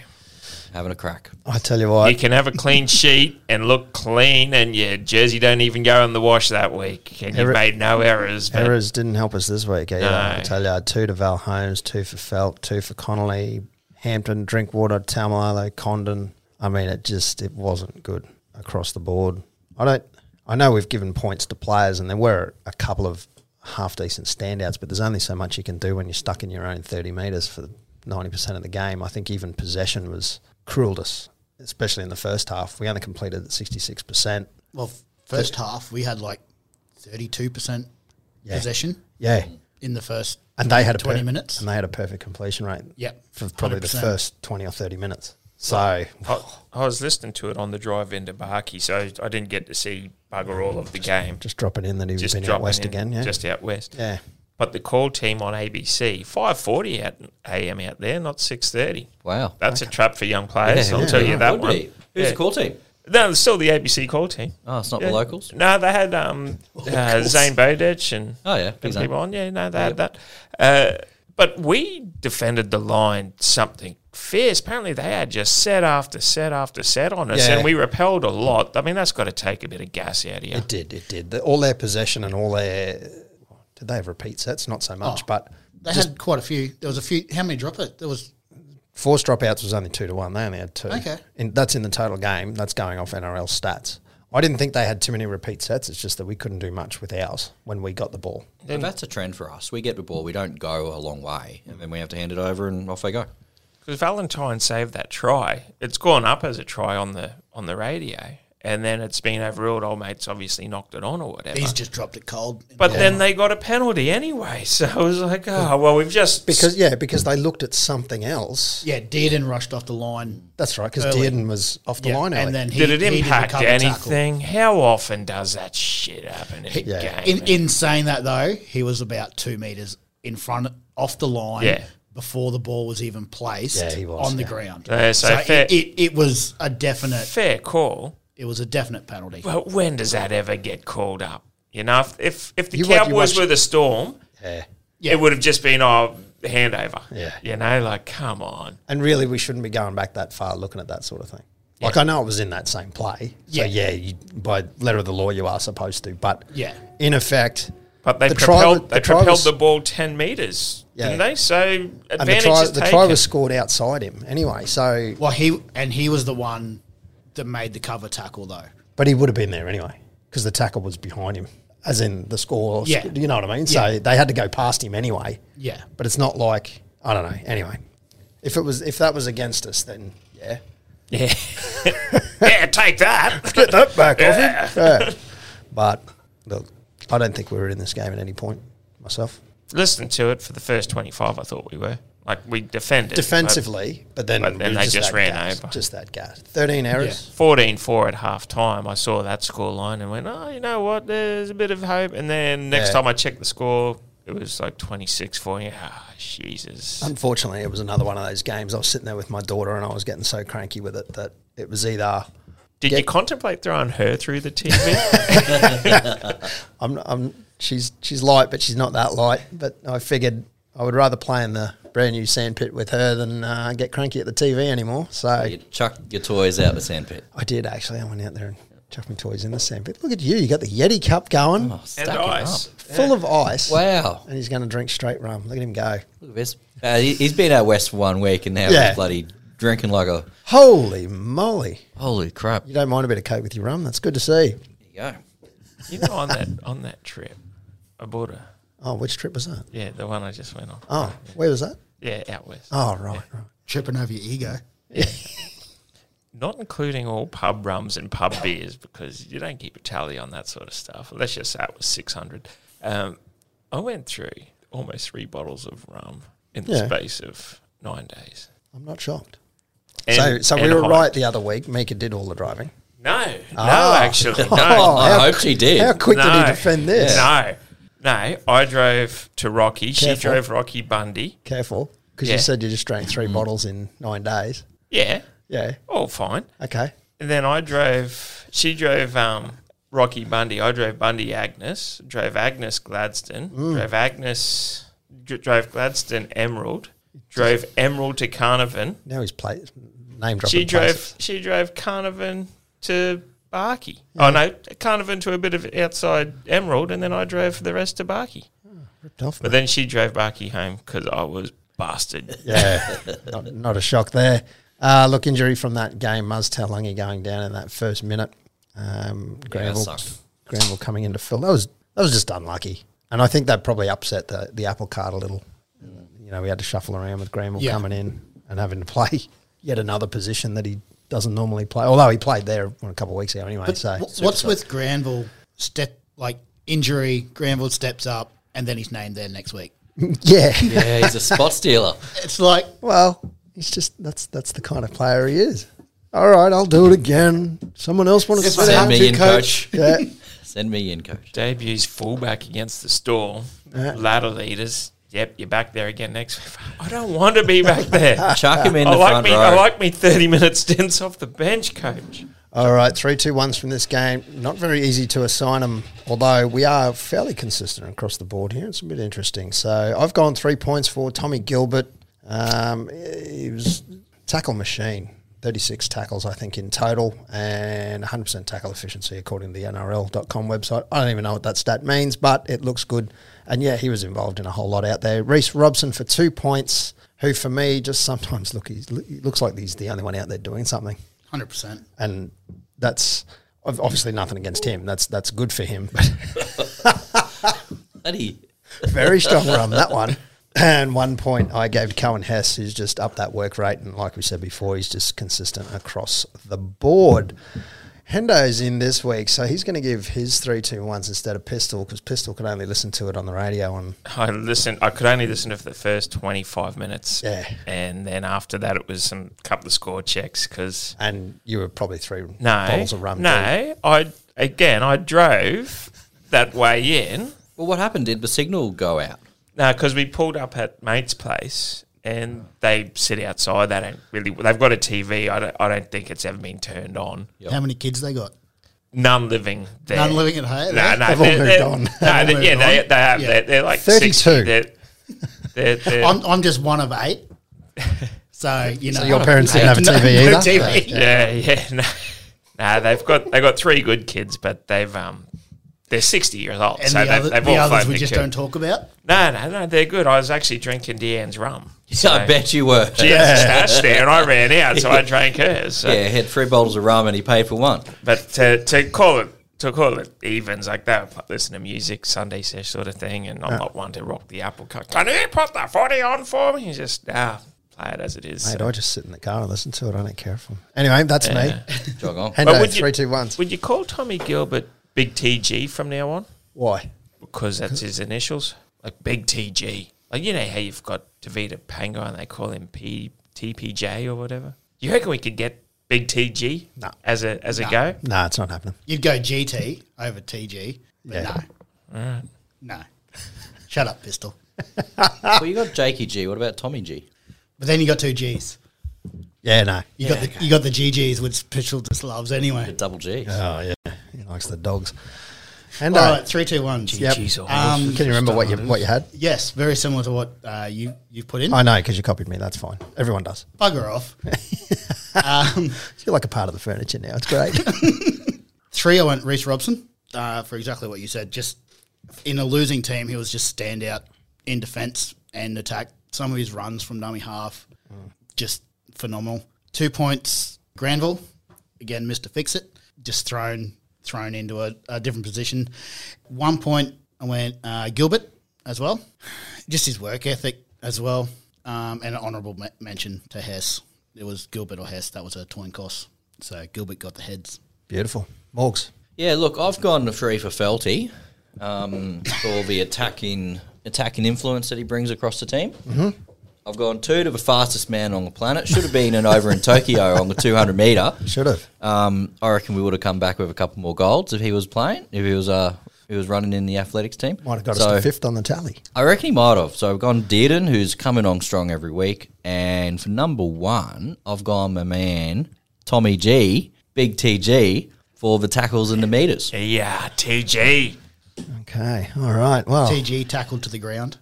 Speaker 3: Having a crack.
Speaker 1: I tell you what,
Speaker 2: You can have a
Speaker 1: *laughs*
Speaker 2: clean sheet and look clean, and your jersey don't even go in the wash that week, and
Speaker 1: Error-
Speaker 2: you made no errors. But
Speaker 1: Errors didn't help us this week either. I
Speaker 2: No.
Speaker 1: tell you, two to Val Holmes, two for Felt, two for Connolly, Hampton, Drinkwater, Tamalalo, Condon. I mean, it just it wasn't good across the board. I don't. I know we've given points to players, and there were a couple of half decent standouts, but there's only so much you can do when you're stuck in your own 30 metres for 90% of the game. I think even possession was cruel to us especially in the first half. We only completed at 66%.
Speaker 4: Well, first half we had like thirty-two percent
Speaker 1: Yeah.
Speaker 4: possession
Speaker 1: Yeah.
Speaker 4: in the first.
Speaker 1: And they had a
Speaker 4: 20 minutes.
Speaker 1: And they had a perfect completion rate.
Speaker 4: Yep,
Speaker 1: For probably the
Speaker 4: 100%.
Speaker 1: first 20 or 30 minutes. So,
Speaker 2: I, I was listening to it on the drive into Barkey, so I didn't get to see bugger all of the game.
Speaker 1: just dropping in that he was
Speaker 2: Just
Speaker 1: been out
Speaker 2: dropping
Speaker 1: west
Speaker 2: in,
Speaker 1: again. Yeah.
Speaker 2: just out west.
Speaker 1: yeah.
Speaker 2: But the call team on ABC, five forty at AM out there, not six thirty.
Speaker 3: Wow.
Speaker 2: That's a trap for young players.
Speaker 3: Yeah,
Speaker 2: I'll
Speaker 3: yeah,
Speaker 2: tell
Speaker 3: yeah.
Speaker 2: you that
Speaker 3: Would
Speaker 2: one.
Speaker 3: be. Who's
Speaker 2: Yeah.
Speaker 3: the core team?
Speaker 2: No, it's still the ABC call team.
Speaker 3: Oh, it's not
Speaker 2: Yeah.
Speaker 3: the locals.
Speaker 2: No, they had um, uh, Zane Bodich and
Speaker 3: Oh, yeah,
Speaker 2: and
Speaker 3: Zane.
Speaker 2: people on. Yeah, no, they had that. Uh, but we defended the line something fierce. Apparently, they had just set after set after set on us,
Speaker 1: Yeah.
Speaker 2: and we repelled a lot. I mean, that's got to take a bit of gas out of you.
Speaker 1: It did. It did. The, all their possession and all their. Did they have repeat sets? Not so much,
Speaker 4: Oh.
Speaker 1: but
Speaker 4: They
Speaker 1: just
Speaker 4: had quite a few. There was a few. How many drop it? There was
Speaker 1: forced dropouts was only two to one. They only had two.
Speaker 4: Okay.
Speaker 1: And that's in the total game. That's going off NRL stats. I didn't think they had too many repeat sets. It's just that we couldn't do much with ours when we got the ball.
Speaker 3: But that's a trend for us. We get the ball, we don't go a long way, and then we have to hand it over, and off they go.
Speaker 2: because Valentine saved that try. It's gone up as a try on the on the radio, and then it's been overruled. Old mates obviously knocked it on or whatever.
Speaker 4: he's just dropped it cold.
Speaker 2: but then they got a penalty anyway, *laughs* so I was like, oh well, we've just
Speaker 1: Because yeah, because they looked at something else.
Speaker 4: yeah, Dearden rushed off the line.
Speaker 1: That's right. Because
Speaker 4: Early.
Speaker 1: Dearden was off the
Speaker 4: Yeah,
Speaker 1: line early.
Speaker 4: and then he,
Speaker 2: did it
Speaker 4: he the
Speaker 2: impact
Speaker 4: cover tackle.
Speaker 2: anything? How often does that shit happen in a
Speaker 1: Yeah.
Speaker 2: game?
Speaker 4: In, in saying that though, he was about two meters in front, off the line,
Speaker 2: Yeah.
Speaker 4: before the ball was even placed
Speaker 1: Yeah, he was,
Speaker 4: on the
Speaker 1: yeah.
Speaker 4: ground.
Speaker 2: Yeah, so fair-
Speaker 4: it, it, it was a definite.
Speaker 2: Fair call,
Speaker 4: It was a definite penalty.
Speaker 2: but when does that ever get called up? You know, if if, if the
Speaker 1: You watch- you
Speaker 2: Cowboys
Speaker 1: watch-
Speaker 2: were the Storm,
Speaker 1: yeah.
Speaker 4: Yeah.
Speaker 2: it would have just been oh handover.
Speaker 1: Yeah.
Speaker 2: you know, like come on.
Speaker 1: And really, we shouldn't be going back that far looking at that sort of thing. Like I know it was in that same play. So
Speaker 4: Yeah.
Speaker 1: yeah, you, by letter of the law, you are supposed to. But
Speaker 4: Yeah.
Speaker 1: in effect,
Speaker 2: But they
Speaker 1: The try
Speaker 2: propelled,
Speaker 1: was-
Speaker 2: they
Speaker 1: the try
Speaker 2: propelled
Speaker 1: was-
Speaker 2: the ball ten meters,
Speaker 1: Yeah.
Speaker 2: didn't they? So
Speaker 1: and the
Speaker 2: advantage
Speaker 1: try,
Speaker 2: is
Speaker 1: the
Speaker 2: taken.
Speaker 1: try was scored outside him anyway. So,
Speaker 4: Well, he and he was the one that made the cover tackle though.
Speaker 1: but he would have been there anyway because the tackle was behind him, as in the score.
Speaker 4: Yeah.
Speaker 1: Do you know what I mean?
Speaker 4: Yeah.
Speaker 1: So they had to go past him anyway.
Speaker 4: Yeah.
Speaker 1: But it's not like I don't know. Anyway, if it was if that was against us, then yeah,
Speaker 2: yeah, *laughs*
Speaker 1: *laughs*
Speaker 2: yeah, take that. *laughs*
Speaker 1: get that back off him. Yeah. *laughs* But look, I don't think we were in this game at any point myself.
Speaker 2: Listening to it for the first twenty-five, I thought we were like we defended but
Speaker 1: defensively, but, then,
Speaker 2: but then
Speaker 1: it was
Speaker 2: they just
Speaker 1: that
Speaker 2: ran
Speaker 1: gas,
Speaker 2: over.
Speaker 1: Just that gas. 13 errors.
Speaker 2: 14-4 at half time. I saw that score line and went, oh, you know what? There's a bit of hope. And then next
Speaker 1: Yeah.
Speaker 2: time I checked the score, it was like 26-4. Yeah, ah, Jesus.
Speaker 1: Um, Unfortunately, it was another one of those games. I was sitting there with my daughter and I was getting so cranky with it that it was either
Speaker 2: Did
Speaker 1: yeah.
Speaker 2: you contemplate throwing her through
Speaker 1: *laughs*
Speaker 2: the TV?
Speaker 1: I'm, I'm she's she's light, but she's not that light. But I figured I would rather play in the brand new sandpit with her than uh, get cranky at the TV anymore. So
Speaker 3: You chuck your toys out the sandpit.
Speaker 1: I did actually. I went out there and chucked my toys in the sandpit. Look at you! You got the Yeti cup going,
Speaker 3: Oh, stack
Speaker 2: and
Speaker 3: it
Speaker 2: ice.
Speaker 3: up.
Speaker 1: full of ice.
Speaker 3: Wow.
Speaker 1: And he's going to drink straight rum. Look at him go!
Speaker 3: Look at this. Uh, he- he's been out west for one week, and now
Speaker 1: Yeah.
Speaker 3: he's bloody drinking like a
Speaker 1: Holy moly!
Speaker 3: holy crap.
Speaker 1: You don't mind a bit of coke with your rum. That's good to see.
Speaker 3: There you go.
Speaker 2: you know, on that, on that trip, I bought a,
Speaker 1: Oh, which trip was that?
Speaker 2: yeah, the one I just went on.
Speaker 1: Oh, where was that?
Speaker 2: Yeah, out west.
Speaker 1: Oh, right, right.
Speaker 4: Tripping over your ego.
Speaker 2: Not including all pub rums and pub beers because you don't keep a tally on that sort of stuff. Let's just say it was 600. Um, I went through almost three bottles of rum in the
Speaker 1: Yeah.
Speaker 2: space of nine days.
Speaker 1: I'm not shocked.
Speaker 2: And-
Speaker 1: so, so we
Speaker 2: and
Speaker 1: were
Speaker 2: hot.
Speaker 1: right the other week. Mika did all the driving.
Speaker 2: No, no,
Speaker 1: Ah. *laughs*
Speaker 2: actually, no.
Speaker 3: I
Speaker 1: how
Speaker 3: hope
Speaker 1: qu-
Speaker 3: she did.
Speaker 1: How quick did
Speaker 2: No.
Speaker 1: he defend this?
Speaker 2: No, no. I drove to Rocky. She
Speaker 1: Careful.
Speaker 2: drove Rocky Bundy.
Speaker 1: Careful, because
Speaker 2: Yeah. Mm.
Speaker 1: you said you just drank three bottles in nine days.
Speaker 2: Yeah,
Speaker 1: Yeah.
Speaker 2: all fine.
Speaker 1: Okay.
Speaker 2: And then I drove. She drove um, Rocky Bundy. I drove Bundy Agnes. Drove Agnes Gladstone. Drove Agnes. dr- Drove Gladstone Emerald. Drove Emerald to Carnarvon.
Speaker 1: Now he's play name dropping.
Speaker 2: She drove.
Speaker 1: places.
Speaker 2: She drove Carnarvon to Barkey. Oh no, Carnarvon to a bit of outside Emerald, and then I drove the rest to Barkey.
Speaker 1: Ripped off.
Speaker 2: But then she drove Barkey home because I was bastard.
Speaker 1: yeah. not, not a shock there. Uh, look, injury from that game. Muzz Talangi going down in that first minute. Um, Granville,
Speaker 3: sucked.
Speaker 1: Granville coming in to fill. That was that was just unlucky, and I think that probably upset the the apple cart a little. You know, we had to shuffle around with Granville *laughs*
Speaker 4: Yeah.
Speaker 1: coming in and having to play yet another position that he doesn't normally play. Although he played there a couple of weeks ago anyway.
Speaker 4: But
Speaker 1: so
Speaker 4: wh- what's with Granville step like injury? Granville steps up, and then he's named there next week.
Speaker 1: *laughs* yeah.
Speaker 3: Yeah, he's a spot stealer.
Speaker 4: It's like
Speaker 1: Well, he's just that's that's the kind of player he is. All right, I'll do it again. Someone else want to sit
Speaker 3: Send
Speaker 1: out?
Speaker 3: me in, coach.
Speaker 1: Yeah.
Speaker 3: Send me in, coach.
Speaker 2: Debuts fullback against the Storm. Ladder leaders. Yep, you're back there again next week. *laughs* I don't want to be back there.
Speaker 3: Chuck him *laughs* in
Speaker 2: I
Speaker 3: the
Speaker 2: like
Speaker 3: front
Speaker 2: me.
Speaker 3: row.
Speaker 2: I like me thirty minute stints off the bench, coach.
Speaker 1: All right, three two ones from this game. Not very easy to assign them, although we are fairly consistent across the board here. It's a bit interesting. So I've gone three points for Tommy Gilbert. Um, he was tackle machine, thirty six tackles I think in total, and one hundred percent tackle efficiency according to the NRL.com website. I don't even know what that stat means, but it looks good. And yeah, he was involved in a whole lot out there. Reese Robson for two points, who for me just sometimes look he's, he looks like he's the only one out there doing something
Speaker 4: hundred percent.
Speaker 1: and that's ob- obviously nothing against him. That's that's good for him, but *laughs*
Speaker 3: Bloody-
Speaker 1: very strong run that one. And one point I gave to Cohen Hess, who's just up that work rate, and like we said before, he's just consistent across the board. Hendo's in this week, so he's going to give his three two ones instead of Pistol because Pistol could only listen to it on the radio. On
Speaker 2: I listened. I could only listen to the first twenty five minutes.
Speaker 1: Yeah.
Speaker 2: and then after that, it was some couple of score checks because
Speaker 1: and you were probably three
Speaker 2: no,
Speaker 1: bottles of rum. deep.
Speaker 2: no. I again, I drove that way in.
Speaker 3: well, what happened? Did the signal go out? *laughs*
Speaker 2: No, because we pulled up at mate's place and they sit outside. They don't really. They've got a TV. I don't. I don't think it's ever been turned on.
Speaker 3: Yep.
Speaker 4: How many kids they got?
Speaker 2: None living there.
Speaker 4: None living at home. eh?
Speaker 2: No, no.
Speaker 1: They've all
Speaker 2: they're-
Speaker 1: moved
Speaker 2: they're-
Speaker 1: on.
Speaker 2: No,
Speaker 1: They've
Speaker 4: all
Speaker 2: they-
Speaker 4: moved
Speaker 2: yeah, they,
Speaker 4: on.
Speaker 2: they have. They're, they're like
Speaker 1: 32.
Speaker 2: 60. They're, they're,
Speaker 4: *laughs*
Speaker 2: they're,
Speaker 4: I'm, I'm just one of eight.
Speaker 1: *laughs*
Speaker 4: So you know,
Speaker 1: So your parents didn't have a
Speaker 4: *laughs* No,
Speaker 1: TV either.
Speaker 4: no
Speaker 1: *laughs*
Speaker 2: *laughs*
Speaker 4: TV.
Speaker 2: Yeah, yeah. No, nah, they've got they got three good kids, but they've um they're sixty years old,
Speaker 4: And
Speaker 2: so
Speaker 4: the,
Speaker 2: they've,
Speaker 4: other,
Speaker 2: they've
Speaker 4: the
Speaker 2: all
Speaker 4: others
Speaker 2: flown
Speaker 4: we
Speaker 2: the
Speaker 4: just
Speaker 2: kid.
Speaker 4: don't talk about.
Speaker 2: No, no, no, they're good. I was actually drinking Deanne's rum.
Speaker 3: Yeah, I bet you were.
Speaker 2: She had a stash there, and I ran out,
Speaker 4: *laughs*
Speaker 2: so I drank hers. So.
Speaker 3: Yeah, he had three bottles of rum and he paid for one.
Speaker 2: But to, to call it to call it evens like that, like listen to music, Sunday sesh sort of thing, and I'm not one to rock the apple cart. Can you put the forty on for me? You just ah, play it as it is.
Speaker 1: Mate, I just sit in the car and listen to it. I don't care if I'm. Anyway, that's me.
Speaker 3: Jog on.
Speaker 2: But
Speaker 1: Hendo
Speaker 2: would you-
Speaker 1: three two ones.
Speaker 2: Would you call Tommy Gilbert Big TG from now on?
Speaker 1: Why?
Speaker 2: because that's his initials, like Big TG. Like you know how you've got Davida Pango and they call him P TPJ or whatever. You reckon we could get Big TG
Speaker 1: No.
Speaker 2: as a as a go?
Speaker 1: No, it's not happening.
Speaker 4: You'd go GT over TG. But
Speaker 1: Yeah.
Speaker 4: No. No. Shut up, pistol.
Speaker 3: well, you got Jakey G. What about Tommy G?
Speaker 4: But then you got two Gs.
Speaker 1: Yeah, no.
Speaker 4: You got the you got the GGs, which pistol just loves
Speaker 3: The
Speaker 4: anyway.
Speaker 3: double G.
Speaker 1: Oh yeah, he likes the dogs. And
Speaker 4: All
Speaker 1: uh,
Speaker 4: right, three, two, one.
Speaker 1: yep.
Speaker 4: Um,
Speaker 1: Can you remember what you what you had?
Speaker 4: Yes, very similar to what uh, you you put in.
Speaker 1: I know because you copied me. That's fine. Everyone does.
Speaker 4: Bugger off.
Speaker 1: You're like a part of the furniture now. It's
Speaker 4: *laughs*
Speaker 1: great.
Speaker 4: Three, I went Reese Robson uh, for exactly what you said. Just in a losing team, he was just standout in defence and attack. Some of his runs from dummy half, just phenomenal. Two points, Granville, again, Mister Fix It, just thrown thrown into a, a different position. One point, I went uh, Gilbert as well. Just his work ethic as well, um, and an honourable me- mention to Hess. It was Gilbert or Hess. That was a coin cost. So Gilbert got the heads.
Speaker 1: Beautiful. Morgs.
Speaker 3: Yeah, look, I've gone three for Felty um, for the attacking attacking influence that he brings across the team. Mm-hmm. I've gone two to the fastest man on the planet. Should have been an over in Tokyo on the 200 meter.
Speaker 1: Should have.
Speaker 4: Uh,
Speaker 3: Um, I reckon we would have come back with a couple more golds if he was playing. If he was uh, he was running in the athletics team,
Speaker 1: Might have got us
Speaker 3: So-
Speaker 1: to fifth on the tally.
Speaker 3: I reckon he might have. So I've gone Dearden, who's coming on strong every week. And for number one, I've gone my man, Tommy G, Big TG, for the tackles and
Speaker 2: *laughs*
Speaker 3: the meters.
Speaker 2: Yeah, TG.
Speaker 1: Okay. All right. Well,
Speaker 4: TG tackled to the ground.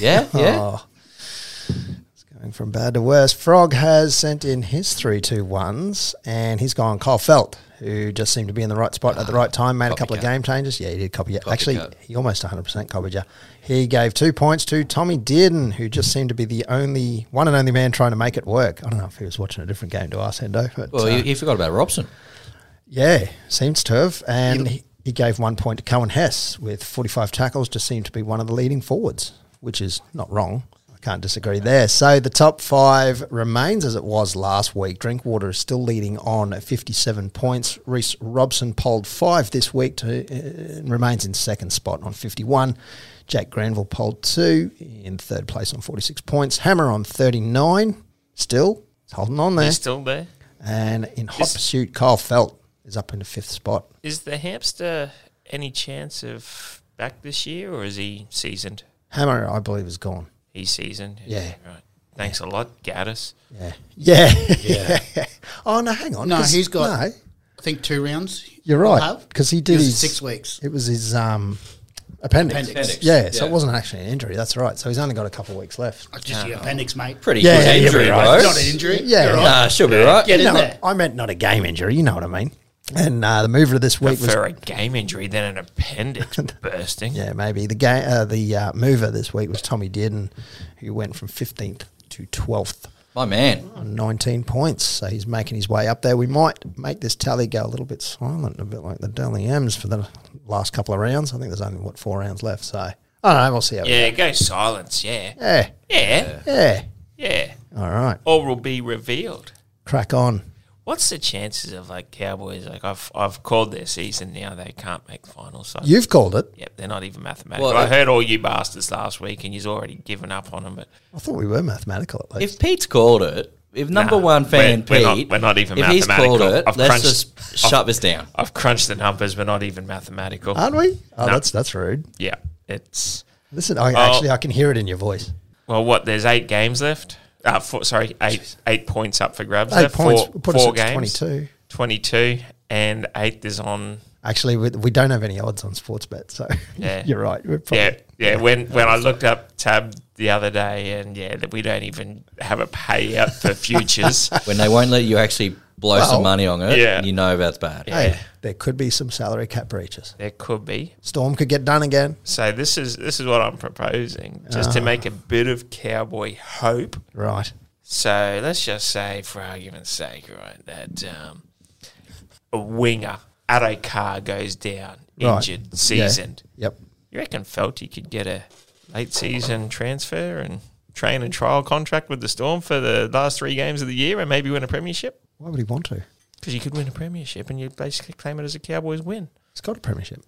Speaker 3: Yeah, yeah.
Speaker 1: Oh. It's going from bad to worse. Frog has sent in his three two ones, and he's gone Kyle Felt, who just seemed to be in the right spot
Speaker 3: Ah,
Speaker 1: at the right time, made a couple of
Speaker 3: copycat.
Speaker 1: game changes. Yeah, he did copy you. Actually,
Speaker 3: Copycat.
Speaker 1: he almost 100% copied you. He gave two points to Tommy Dearden, who just seemed to be the only one and only man trying to make it work. I don't know if he was watching a different game to us, Hendo, but
Speaker 3: Well,
Speaker 1: uh,
Speaker 3: you, you forgot about Robson.
Speaker 1: yeah, seems to have. And he, he gave one point to Cohen Hess with 45 tackles, just seemed to be one of the leading forwards, which is not wrong. Can't disagree there. So the top five remains as it was last week. Drinkwater is still leading on at 57 points. Reese Robson polled five this week to uh, remains in second spot on 51. Jack Granville polled two in third place on 46 points. Hammer on 39, still it's holding on there.
Speaker 2: He's still there.
Speaker 1: And in hot
Speaker 2: This-
Speaker 1: pursuit, Kyle Felt is up into fifth spot.
Speaker 2: Is the hamster any chance of back this year, or is he seasoned?
Speaker 1: Hammer, I believe, is gone.
Speaker 2: He's seasoned.
Speaker 1: Yeah.
Speaker 2: Right. Thanks a lot, Gaddis.
Speaker 1: Yeah. Yeah. *laughs* oh, no, hang on.
Speaker 4: No,
Speaker 1: 'cause-
Speaker 4: he's got-
Speaker 1: No,
Speaker 4: I think two rounds.
Speaker 1: you're
Speaker 4: we'll
Speaker 1: right.
Speaker 4: have.
Speaker 1: Because he
Speaker 4: It
Speaker 1: did
Speaker 4: was
Speaker 1: his.
Speaker 4: six weeks.
Speaker 1: It was his um, appendix.
Speaker 4: Appendix. Appendix,
Speaker 1: Yeah, so
Speaker 3: yeah.
Speaker 1: it wasn't actually an injury. That's right. So he's only got a couple of weeks left.
Speaker 4: Just your appendix, mate.
Speaker 3: Pretty
Speaker 1: Yeah,
Speaker 3: good
Speaker 1: yeah,
Speaker 3: injury,
Speaker 1: you're
Speaker 3: bro.
Speaker 1: right.
Speaker 4: Not an injury.
Speaker 1: Yeah. Uh,
Speaker 4: You're right.
Speaker 3: Nah, she'll be right.
Speaker 4: Get in
Speaker 1: No,
Speaker 4: there.
Speaker 1: I meant not a game injury. You know what I mean. And uh, the mover of this week was
Speaker 2: Prefer a game injury than
Speaker 1: *laughs*
Speaker 2: an appendix bursting.
Speaker 1: Yeah, maybe the ga- uh, the uh, mover this week was Tommy Dearden, who went from fifteenth to twelfth
Speaker 3: My man.
Speaker 1: on nineteen points. So he's making his way up there. We might make this tally go a little bit silent, a bit like the Daly M's for the last couple of rounds. I think there's only what four rounds left. So I don't know. We'll see how.
Speaker 2: Yeah, go silence. Yeah.
Speaker 1: We yeah.
Speaker 2: Yeah.
Speaker 1: Yeah.
Speaker 2: Yeah.
Speaker 1: All right.
Speaker 2: Or will be revealed.
Speaker 1: Crack on.
Speaker 2: What's the chances of like Cowboys? Like I've I've called their season now. They can't make the finals. So
Speaker 1: You've called it.
Speaker 2: Yep, they're not even mathematical.
Speaker 3: Well,
Speaker 2: I
Speaker 3: they-
Speaker 2: heard all you bastards last week, and you've already given up on them. But
Speaker 1: I thought we were mathematical at least.
Speaker 3: If Pete's called it, if number
Speaker 2: Nah,
Speaker 3: one fan
Speaker 2: we're- we're
Speaker 3: Pete,
Speaker 2: not- we're not even
Speaker 3: if he's called
Speaker 2: mathematical.
Speaker 3: it,
Speaker 2: I've
Speaker 3: let's
Speaker 2: crunched-
Speaker 3: just shut this down.
Speaker 2: I've crunched the numbers, but not even mathematical.
Speaker 1: Aren't we? Oh,
Speaker 2: No. Oh.
Speaker 1: that's that's rude.
Speaker 2: yeah, it's
Speaker 1: Listen, I, actually, I can hear it in your voice.
Speaker 2: well, what? There's eight games left. Uh, four, sorry, eight eight points up for grabs.
Speaker 1: Eight
Speaker 2: left.
Speaker 1: points
Speaker 2: Four,
Speaker 1: would put us
Speaker 2: four
Speaker 1: at
Speaker 2: games.
Speaker 1: 22.
Speaker 2: 22, and eighth is on.
Speaker 1: Actually, we, we don't have any odds on sports bet, so *laughs*
Speaker 2: Yeah.
Speaker 1: you're right. We're probably,
Speaker 2: Yeah, yeah. When when I looked up tab the other day, and yeah, that we don't even have a payout
Speaker 1: *laughs*
Speaker 2: for futures.
Speaker 3: When they won't let you actually blow
Speaker 1: Well,
Speaker 3: some money on it,
Speaker 2: yeah.
Speaker 3: you know that's bad.
Speaker 1: Hey, there could be some salary cap breaches.
Speaker 2: there could be.
Speaker 1: Storm could get done again.
Speaker 2: So this is this is what I'm proposing, just
Speaker 1: Ah.
Speaker 2: to make a bit of cowboy hope.
Speaker 1: Right.
Speaker 2: So let's just say, for argument's sake, right, that um, a winger at a car goes down,
Speaker 1: Right.
Speaker 2: injured,
Speaker 1: Yeah.
Speaker 2: seasoned.
Speaker 1: Yep.
Speaker 2: You reckon Felty could get a late season transfer and train and trial contract with the Storm for the last three games of the year and maybe win a premiership?
Speaker 1: Why would he want to?
Speaker 2: Because you could win a premiership and you'd basically claim it as a Cowboys win.
Speaker 1: He's got a premiership.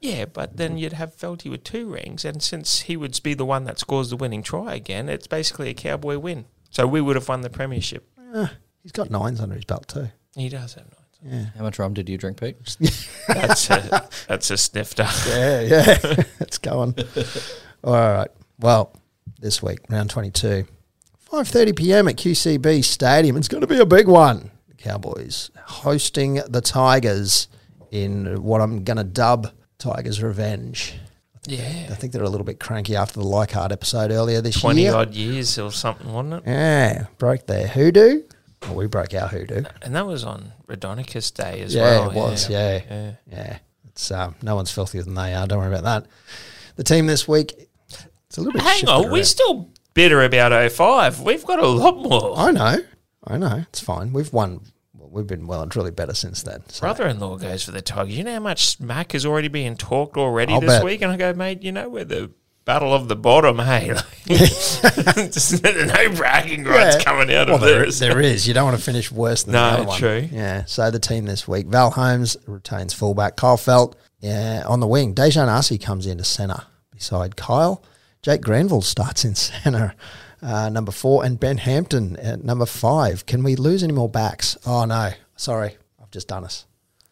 Speaker 2: Yeah, but then you'd have Felty with two rings, and since he would be the one that scores the winning try again, it's basically a Cowboy win. So we would have won the premiership.
Speaker 1: Eh, he's got nines under his belt
Speaker 2: *laughs*
Speaker 1: too.
Speaker 2: He does have nine.
Speaker 3: How much rum did you drink, Pete?
Speaker 2: That's a that's a snifter.
Speaker 1: Yeah, yeah. *laughs* it's
Speaker 2: *laughs*
Speaker 1: going. All right. Well, this week, round 22, 5.30 p.m. at QCB Stadium. It's going to be a big one. The Cowboys hosting the Tigers in what I'm going to dub Tigers Revenge. I
Speaker 2: Yeah,
Speaker 1: think they're a little bit cranky after the Leichhardt episode earlier this
Speaker 2: twenty
Speaker 1: year.
Speaker 2: odd years or something, wasn't it?
Speaker 1: Yeah, broke their hoodoo. Well, we broke our hoodoo.
Speaker 2: And that was on Radonicus Day as
Speaker 1: yeah,
Speaker 2: well.
Speaker 1: it was. Yeah. yeah,
Speaker 2: yeah.
Speaker 1: It's um, no one's filthier than they are. Don't worry about that. The team this week. It's a little bit.
Speaker 2: Hang
Speaker 1: shifted
Speaker 2: on, we're
Speaker 1: around.
Speaker 2: still bitter about 05. We've got a lot more.
Speaker 1: I know. I know. It's fine. We've won. well, We've been well and truly better since then. So
Speaker 2: Brother-in-law goes for the Tigers. You know how much smack is already being talked already
Speaker 1: I'll
Speaker 2: this
Speaker 1: bet.
Speaker 2: week, and I go, mate. You know we're the battle of the bottom, *laughs* hey? Just no bragging rights
Speaker 1: Yeah.
Speaker 2: coming out
Speaker 1: well,
Speaker 2: of
Speaker 1: there,
Speaker 2: this.
Speaker 1: there is. You don't want to finish worse than
Speaker 2: No,
Speaker 1: the other one.
Speaker 2: true.
Speaker 1: Yeah. So the team this week: Val Holmes retains fullback, Kyle Felt yeah, on the wing. Dejan Arce comes into centre beside Kyle. Jake Granville starts in centre, uh, number four, and Ben Hampton at number five. Can we lose any more backs? Oh no, sorry, I've just done us.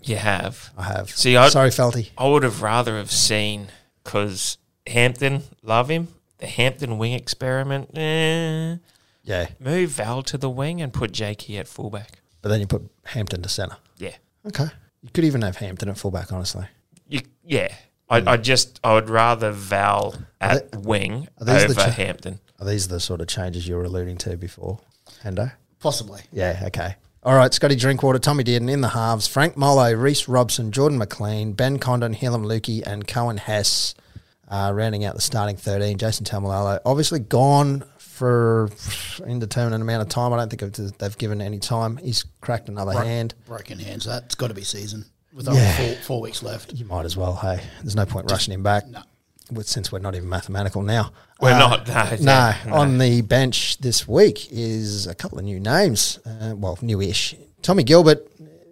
Speaker 2: You have.
Speaker 1: I have.
Speaker 2: See, I-
Speaker 1: sorry, Felty.
Speaker 2: I would have rather have seen because Hampton, love him. The Hampton wing experiment. Eh.
Speaker 1: Yeah,
Speaker 2: Move Val to the wing and put Jakey at fullback.
Speaker 1: but then you put Hampton to centre.
Speaker 2: Yeah,
Speaker 1: Okay, you could even have Hampton at fullback. Honestly,
Speaker 2: you, yeah. I,
Speaker 1: Hmm.
Speaker 2: I just I would rather Val at wing
Speaker 1: are these the
Speaker 2: over
Speaker 1: cha-
Speaker 2: Hampton.
Speaker 1: are these the sort of changes you were alluding to before, Hendo?
Speaker 4: Possibly.
Speaker 1: Yeah, okay. All right, Scotty Drinkwater, Tommy Dearden in the halves, Frank Mollo, Reese Robson, Jordan McLean, Ben Condon, Hillam Lukey, and Cohen Hess uh, rounding out the starting 13. Jason Tamalalo, obviously gone for indeterminate amount of time. I don't think it- they've given any time. He's cracked another hand.
Speaker 4: Broken hands. That's got to be season. With only
Speaker 1: Yeah.
Speaker 4: four, four weeks left.
Speaker 1: You might as well, hey. There's no point rushing him back.
Speaker 4: No.
Speaker 1: well, since we're not even mathematical now.
Speaker 2: We're
Speaker 1: Uh,
Speaker 2: not. No,
Speaker 1: No,
Speaker 2: yeah,
Speaker 1: on the bench this week is a couple of new names. Uh, well, newish. Tommy Gilbert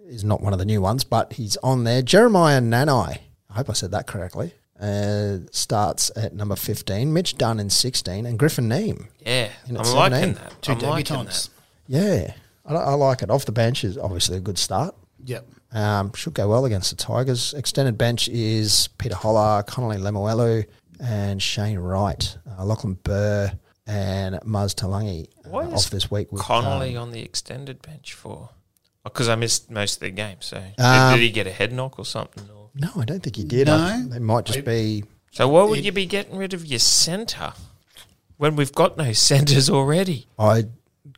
Speaker 1: is not one of the new ones, but he's on there. Jeremiah Nanai, I hope I said that correctly, uh, starts at number 15. Mitch Dunn in 16, and Griffin Neem.
Speaker 2: yeah.
Speaker 1: And
Speaker 2: I'm
Speaker 1: it's
Speaker 2: liking
Speaker 1: 17.
Speaker 2: that.
Speaker 4: Two
Speaker 2: I'm liking
Speaker 4: debutants.
Speaker 2: that.
Speaker 1: Yeah, I, I like it. Off the bench is obviously a good start.
Speaker 4: Yep.
Speaker 1: Um, should go well against the Tigers. Extended bench is Peter Holler, Connolly Lemuelu, and Shane Wright, uh, Lachlan Burr, and Muz Talangi uh,
Speaker 2: Why is
Speaker 1: off this week. With,
Speaker 2: Connolly
Speaker 1: um,
Speaker 2: on the extended bench for? Because I missed most of the game. So did-
Speaker 1: Um,
Speaker 2: did, he get a head knock or something? Or?
Speaker 1: no, I don't think he did. I-
Speaker 4: No.
Speaker 1: They might just be.
Speaker 2: So why would
Speaker 4: It-
Speaker 2: you be getting rid of your centre when we've got no *laughs* centres already?
Speaker 1: I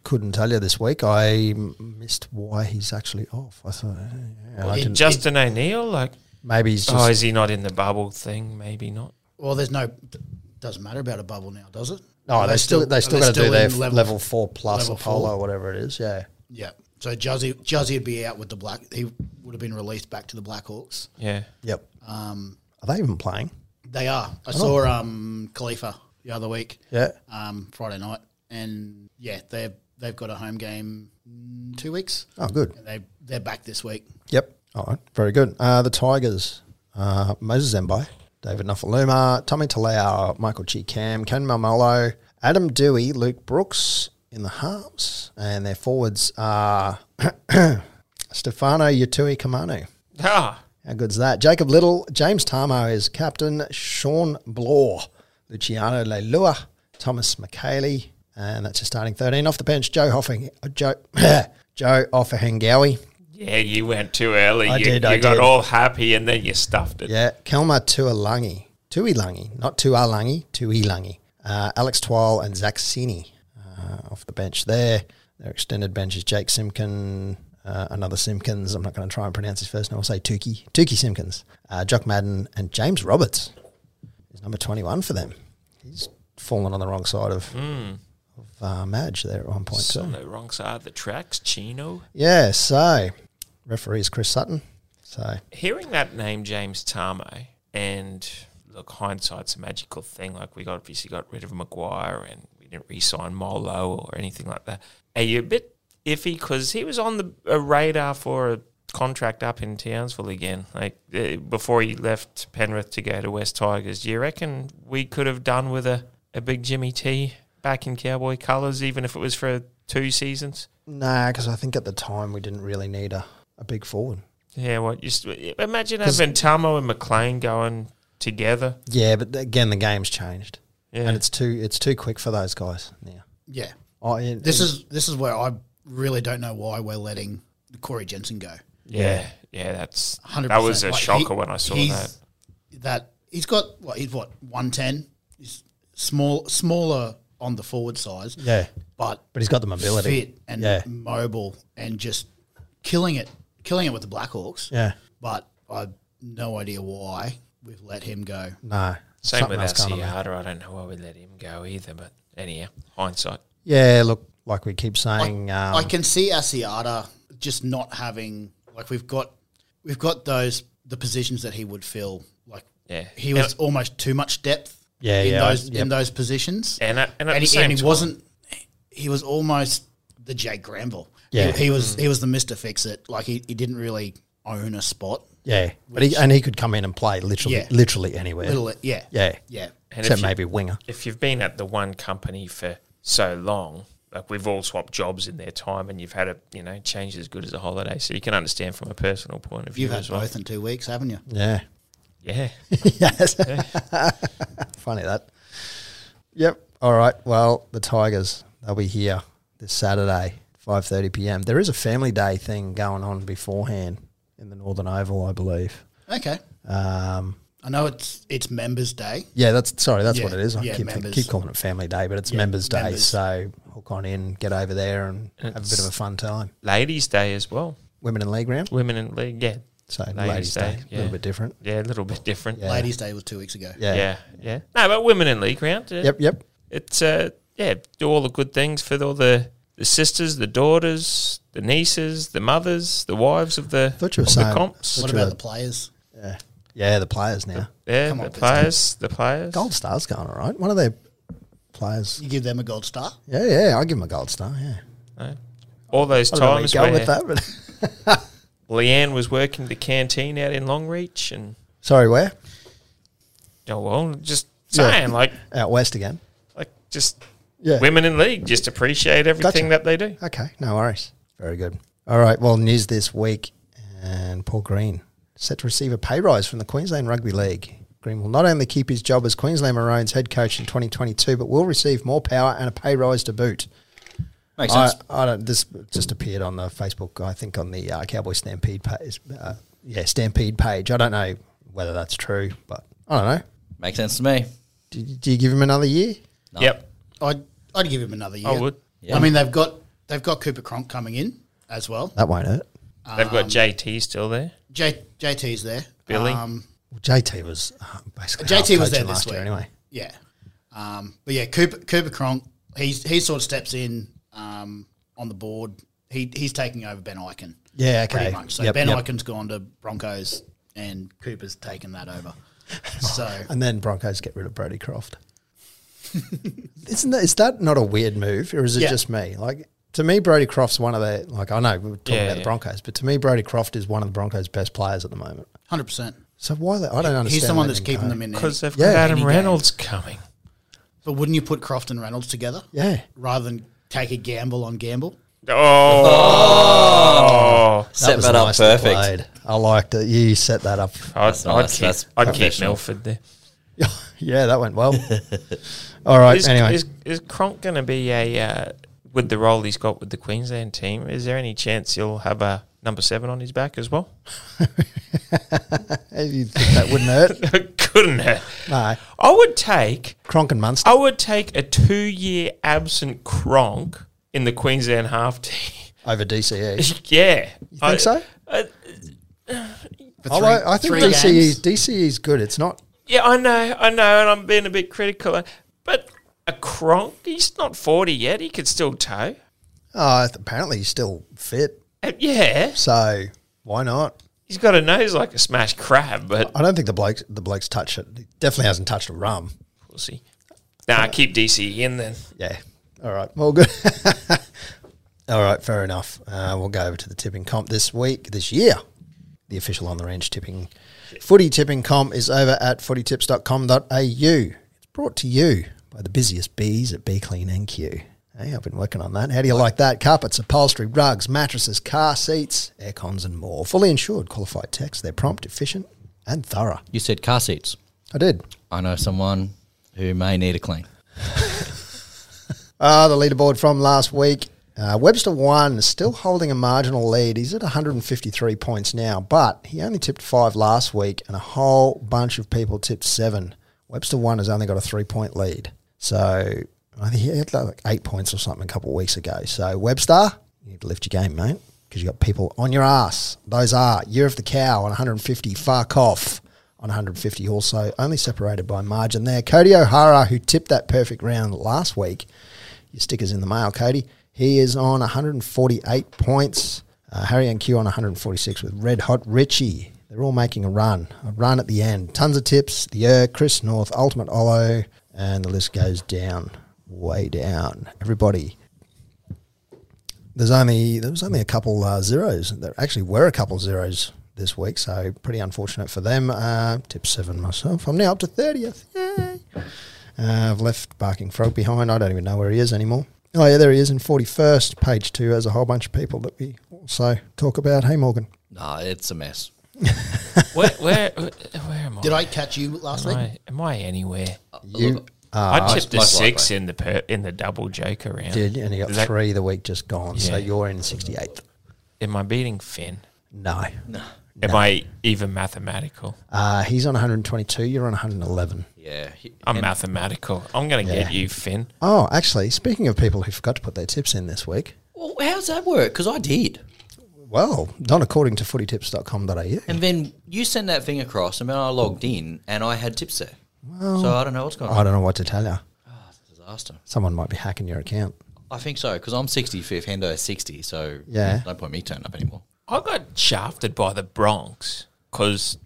Speaker 1: couldn't tell you this week. I m- missed why he's actually off. I thought eh, yeah, I
Speaker 4: it
Speaker 1: didn't-
Speaker 2: Justin O'Neill, like,
Speaker 1: maybe he's just.
Speaker 2: oh, is he not in the bubble thing? Maybe not.
Speaker 4: Well, there's no. d- Doesn't matter about a bubble now, does it?
Speaker 1: no,
Speaker 4: Are
Speaker 1: they still they
Speaker 4: are
Speaker 1: still got to do
Speaker 4: in
Speaker 1: their f- level, four plus
Speaker 4: level
Speaker 1: Apollo
Speaker 4: four?
Speaker 1: or whatever it is. Yeah,
Speaker 4: Yeah. So Juzzy Juzzy would be out with the black. He would have been released back to the Blackhawks.
Speaker 2: Yeah.
Speaker 1: yep.
Speaker 4: Um,
Speaker 1: Are they even playing?
Speaker 4: they are. I saw um, Khalifa the other week.
Speaker 1: Oh. Yeah.
Speaker 4: Um, Friday night, and yeah, they've they've got a home game in two weeks.
Speaker 1: Oh, good.
Speaker 4: And they they're back this week.
Speaker 1: Yep. All right. Very good. Uh, the Tigers, uh, Moses Zembai, David Nofaluma, Tommy Talao, Michael G. Cam, Ken Malmolo, Adam Dewey, Luke Brooks in the halves. And their forwards are *coughs* Stefano Yatui Kamanu.
Speaker 2: Ah,
Speaker 1: How good's that? Jacob Little, James Tarmo is captain, Sean Blore, Luciano Leilua, Thomas McKayley, and that's your starting 13. Off the bench, Joe Hoffing, uh, Joe, *coughs* Joe Offahengawi,
Speaker 2: yeah, you went too early.
Speaker 1: I
Speaker 2: you
Speaker 1: did,
Speaker 2: you
Speaker 1: I
Speaker 2: got
Speaker 1: did.
Speaker 2: all happy and then you stuffed it.
Speaker 1: Yeah, Kelma Tuilangi. Tuilangi, not Tualangi, Tuilangi. Uh, Alex Twile and Zach Sini uh, off the bench there. Their extended bench is Jake Simkin, uh, another Simpkins. I'm not going to try and pronounce his first name. I'll say Tukey. Tukey Simpkins. Uh, Jock Madden and James Roberts is number 21 for them. He's fallen on the wrong side of, of uh, Madge there at one point,
Speaker 2: It's on
Speaker 1: too.
Speaker 2: the wrong side of the tracks, Chino.
Speaker 1: Yeah, so referee is Chris Sutton. So,
Speaker 2: Hearing that name, James Tarmo, and look, hindsight's a magical thing. Like, we got, obviously got rid of Maguire and we didn't re sign Molo or anything like that. Are you a bit iffy? Because he was on the a radar for a contract up in Townsville again, like uh, before he left Penrith to go to West Tigers. Do you reckon we could have done with a, a big Jimmy T back in Cowboy colours, even if it was for two seasons?
Speaker 1: nah, because I think at the time we didn't really need a, a big forward.
Speaker 2: Yeah, what? You st- imagine having Tamo and McLean going together.
Speaker 1: Yeah, but th- again, the game's changed,
Speaker 2: Yeah,
Speaker 1: and it's too it's too quick for those guys. Oh, Yeah,
Speaker 4: Yeah.
Speaker 1: I, it-
Speaker 4: This
Speaker 1: it-
Speaker 4: is this is where I really don't know why we're letting Corey Jensen go.
Speaker 2: yeah, yeah. That's
Speaker 4: 100%.
Speaker 2: that was a
Speaker 4: Like, he-
Speaker 2: shocker when I saw that.
Speaker 4: he's- That he's got what he's what one ten. He's small, smaller on the forward size.
Speaker 1: Yeah.
Speaker 4: but
Speaker 1: but he's got the mobility.
Speaker 4: fit and
Speaker 1: yeah,
Speaker 4: mobile and just killing it, killing it with the Blackhawks.
Speaker 1: yeah,
Speaker 4: But I've no idea why we've let him go.
Speaker 1: no.
Speaker 2: Same
Speaker 1: something
Speaker 2: with
Speaker 1: else going on there.
Speaker 2: Asiata. I don't know why we let him go either. But anyhow, hindsight.
Speaker 1: Yeah, look, like we keep saying, um,
Speaker 4: I can see Asiata just not having like we've got we've got those the positions that he would fill. Like
Speaker 2: Yeah.
Speaker 4: he was almost too much depth.
Speaker 1: Yeah,
Speaker 4: in
Speaker 1: yeah, I-
Speaker 4: those
Speaker 1: yep.
Speaker 4: in those positions.
Speaker 2: And at, and at
Speaker 4: and
Speaker 2: the
Speaker 4: he,
Speaker 2: same
Speaker 4: and he
Speaker 2: time,
Speaker 4: wasn't. He was almost the Jake Granville.
Speaker 1: Yeah.
Speaker 4: he, he was.
Speaker 2: Mm.
Speaker 4: He was the Mister Fix It. Like he, he didn't really own a spot.
Speaker 1: yeah, but he, and he could come in and play literally,
Speaker 4: Yeah.
Speaker 1: literally anywhere.
Speaker 4: Little, yeah,
Speaker 1: Yeah,
Speaker 4: yeah.
Speaker 2: and
Speaker 1: except
Speaker 2: if you-
Speaker 1: maybe winger.
Speaker 2: if you've been at the one company for so long, like we've all swapped jobs in their time, and you've had a you know change as good as a holiday, so you can understand from a personal point of view
Speaker 4: You've had
Speaker 2: as well.
Speaker 4: both in two weeks, haven't you?
Speaker 1: Yeah,
Speaker 2: Yeah, *laughs*
Speaker 1: yes. *laughs* Funny that. Yep. All right. Well, the Tigers they'll be here this Saturday, five thirty p.m. There is a family day thing going on beforehand in the Northern Oval, I believe.
Speaker 4: Okay.
Speaker 1: Um,
Speaker 4: I know it's it's Members Day.
Speaker 1: yeah, that's sorry, that's
Speaker 4: Yeah,
Speaker 1: what it is. I
Speaker 4: yeah,
Speaker 1: keep, think-
Speaker 4: members.
Speaker 1: keep calling it Family Day, but it's
Speaker 4: Yeah,
Speaker 1: Members Day.
Speaker 4: members.
Speaker 1: So hook on in, get over there, and have a bit of a fun time.
Speaker 2: Ladies' Day as well.
Speaker 1: Women in league round,
Speaker 2: Women in league. Yeah,
Speaker 1: so Ladies,
Speaker 2: Ladies'
Speaker 1: Day,
Speaker 2: Day,
Speaker 1: a little
Speaker 2: yeah.
Speaker 1: bit different.
Speaker 2: yeah, a little bit different.
Speaker 1: Yeah.
Speaker 4: Ladies' Day was two weeks ago.
Speaker 1: Yeah.
Speaker 2: Yeah, yeah. No, but women in league round. uh,
Speaker 1: Yep. Yep.
Speaker 2: It's uh, yeah, do all the good things for all the the sisters, the daughters, the nieces, the mothers, the wives of the,
Speaker 1: Thought you were
Speaker 2: of the
Speaker 1: saying-
Speaker 2: comps.
Speaker 1: Thought
Speaker 4: What
Speaker 1: you
Speaker 4: about
Speaker 1: were-
Speaker 4: the players?
Speaker 1: Yeah. Yeah. The players now.
Speaker 2: Yeah,
Speaker 4: Come
Speaker 2: the
Speaker 4: on, Pistons.
Speaker 2: players, the players.
Speaker 1: Gold Star's going all right. One of their players.
Speaker 4: You give them a gold star.
Speaker 1: Yeah, yeah, I'll give him a Gold Star, yeah.
Speaker 2: No. All those
Speaker 1: I don't know where you
Speaker 2: times
Speaker 1: go
Speaker 2: where
Speaker 1: with that, but
Speaker 2: Leanne was working the canteen out in Longreach, and
Speaker 1: *laughs* sorry, where?
Speaker 2: oh well, just
Speaker 1: Yeah.
Speaker 2: saying, like,
Speaker 1: Out west again.
Speaker 2: like just
Speaker 1: Yeah.
Speaker 2: women in league, just appreciate everything that they do.
Speaker 1: Okay, no worries. Very good. All right. Well, news this week, and Paul Green set to receive a pay rise from the Queensland Rugby League. Green will not only keep his job as Queensland Maroons head coach in 2022, but will receive more power and a pay rise to boot.
Speaker 3: Makes
Speaker 1: I,
Speaker 3: sense.
Speaker 1: I don't. This just appeared on the Facebook. I think on the uh, Cowboy Stampede page. Uh, yeah, Stampede page. I don't know whether that's true, but I don't know.
Speaker 3: Makes sense to me.
Speaker 1: Do, do you give him another year?
Speaker 3: No.
Speaker 2: Yep,
Speaker 4: I'd I'd give him another year.
Speaker 2: I would.
Speaker 3: Yeah.
Speaker 4: I mean, they've got they've got Cooper Cronk coming in as well.
Speaker 1: That won't hurt.
Speaker 2: They've
Speaker 3: Um,
Speaker 2: got JT still there.
Speaker 4: J, JT's there.
Speaker 2: Billy?
Speaker 4: Um,
Speaker 1: Well, JT was uh, basically
Speaker 4: JT
Speaker 1: half
Speaker 4: was there
Speaker 1: coaching
Speaker 4: this
Speaker 1: last
Speaker 4: week
Speaker 1: year anyway.
Speaker 4: Yeah. Um, but yeah, Cooper Cooper Cronk, he's he sort of steps in um, on the board. He he's taking over Ben Eichen.
Speaker 1: Yeah, okay.
Speaker 4: Pretty much. So
Speaker 1: Yep,
Speaker 4: Ben
Speaker 1: yep.
Speaker 4: Eichen's gone to Broncos and Cooper's taken
Speaker 1: *laughs*
Speaker 4: that over. So
Speaker 1: And then Broncos get rid of Brody Croft. *laughs* Isn't that, is that not a weird move, or is it
Speaker 4: Yeah.
Speaker 1: just me? Like to me, Brody Croft's one of the like I know we were talking
Speaker 2: Yeah,
Speaker 1: about the
Speaker 2: yeah.
Speaker 1: Broncos, but to me, Brody Croft is one of the Broncos' best players at the moment.
Speaker 4: hundred percent.
Speaker 1: So why the, I don't understand.
Speaker 4: He's the one
Speaker 1: letting
Speaker 4: that's keeping
Speaker 1: go.
Speaker 4: them in there.
Speaker 2: Because they've
Speaker 1: Yeah.
Speaker 2: got Adam
Speaker 4: Any
Speaker 2: Reynolds coming.
Speaker 4: But wouldn't you put Croft and Reynolds together?
Speaker 1: Yeah,
Speaker 4: Rather than take a gamble on gamble?
Speaker 2: Oh,
Speaker 1: That
Speaker 3: Set
Speaker 1: was
Speaker 3: that up
Speaker 1: nicely
Speaker 3: perfect.
Speaker 1: played. I liked it. You set that up.
Speaker 4: Oh.
Speaker 2: I'd,
Speaker 3: That's
Speaker 2: I'd,
Speaker 3: nice.
Speaker 2: keep,
Speaker 3: That's
Speaker 2: I'd keep
Speaker 3: professional.
Speaker 2: Milford there.
Speaker 1: *laughs* yeah, that went well. *laughs* All right.
Speaker 2: Is,
Speaker 1: anyway,
Speaker 2: is, is Cronk going to be a uh, with the role he's got with the Queensland team? Is there any chance he'll have a number seven on his back as well?
Speaker 1: you think that wouldn't hurt. *laughs*
Speaker 2: Couldn't it?
Speaker 1: No,
Speaker 2: I would take
Speaker 1: Cronk and Munster.
Speaker 2: I would take a two year absent Cronk in the Queensland half team. *laughs*
Speaker 1: over E.
Speaker 4: *laughs*
Speaker 1: DCE.
Speaker 2: yeah, you think
Speaker 1: I, think so.
Speaker 4: For
Speaker 1: I,
Speaker 4: three-
Speaker 1: like- I think E
Speaker 4: three
Speaker 1: DCE
Speaker 4: games?
Speaker 1: DCE's good. It's not
Speaker 2: Yeah, I know, I know, and I'm being a bit critical, uh, but a Cronk, he's not forty yet. He could still tow.
Speaker 1: Uh, apparently he's still fit,
Speaker 2: Uh, yeah,
Speaker 1: so why not?
Speaker 2: he's got a nose like a smashed crab, but
Speaker 1: I don't think the bloke the bloke's touched it. He definitely hasn't touched a rum.
Speaker 2: we'll see. Nah, keep DC in then.
Speaker 1: Yeah. All right. Well, good. *laughs* All right. Fair enough. Uh, we'll go over to the tipping comp this week, this year. The official on the range tipping, footy tipping comp is over at footytips.com.au. It's brought to you by the busiest bees at Bee Clean NQ. Hey, I've been working on that. How do you like that? Carpets, upholstery, rugs, mattresses, car seats, air cons, and more. Fully insured, qualified techs. They're prompt, efficient, and thorough.
Speaker 3: You said car seats.
Speaker 1: I did.
Speaker 3: I know someone who may need a clean.
Speaker 1: Ah, the leaderboard from last week. Uh, Webster won, still holding a marginal lead. He's at 153 points now, but he only tipped five last week, and a whole bunch of people tipped seven. Webster one has only got a three point lead. So I think he had like eight points or something a couple of weeks ago. So, Webster, you need to lift your game, mate, because you got people on your ass. Those are Year of the Cow on 150, fuck off on 150 also, only separated by margin there. Cody O'Hara, who tipped that perfect round last week, your sticker's in the mail, Cody. He is on 148 points. Uh, Harry and Q on 146 with Red Hot Richie. They're all making a run, a run at the end. Tons of tips. The Ur, Chris North, Ultimate Olo, and the list goes down, way down. Everybody. There's only there was only a couple uh, zeros. There actually were a couple zeros this week, so pretty unfortunate for them. Uh, tip seven myself. I'm now up to thirtieth. Yay! Uh, I've left Barking Frog behind. I don't even know where he is anymore. Oh, yeah, there he is in 41st. Page two has a whole bunch of people that we also talk about. Hey, Morgan.
Speaker 3: Nah, it's a mess.
Speaker 2: Where, where, where am I?
Speaker 4: Did I catch you last
Speaker 2: Am
Speaker 4: week?
Speaker 2: I, am I anywhere?
Speaker 1: You
Speaker 2: I tipped the
Speaker 3: Uh, most
Speaker 2: six in the per, in the double joke around.
Speaker 1: did, and you got
Speaker 2: Is that-
Speaker 1: three the week just gone. So
Speaker 2: Yeah.
Speaker 1: you're in 68th.
Speaker 2: Am I beating Finn?
Speaker 1: No.
Speaker 2: Am I even mathematical?
Speaker 1: Uh, he's on 122. You're on 111.
Speaker 3: Yeah. he-
Speaker 2: I'm mathematical. I'm going to get you, Finn.
Speaker 1: Oh, actually, speaking of people who forgot to put their tips in this week,
Speaker 3: Well, how's that work? Because I did.
Speaker 1: well, not according to footytips.com.au.
Speaker 3: And then you sent that thing across, and then I logged in, and I had tips there. so I don't know what's going on.
Speaker 1: I don't know what to tell you.
Speaker 3: It's a disaster.
Speaker 1: Someone might be hacking your account.
Speaker 3: I think so, because I'm 65, Hendo is 60, so
Speaker 1: Yeah.
Speaker 3: no point me turning up anymore.
Speaker 2: I got shafted by the Bronx because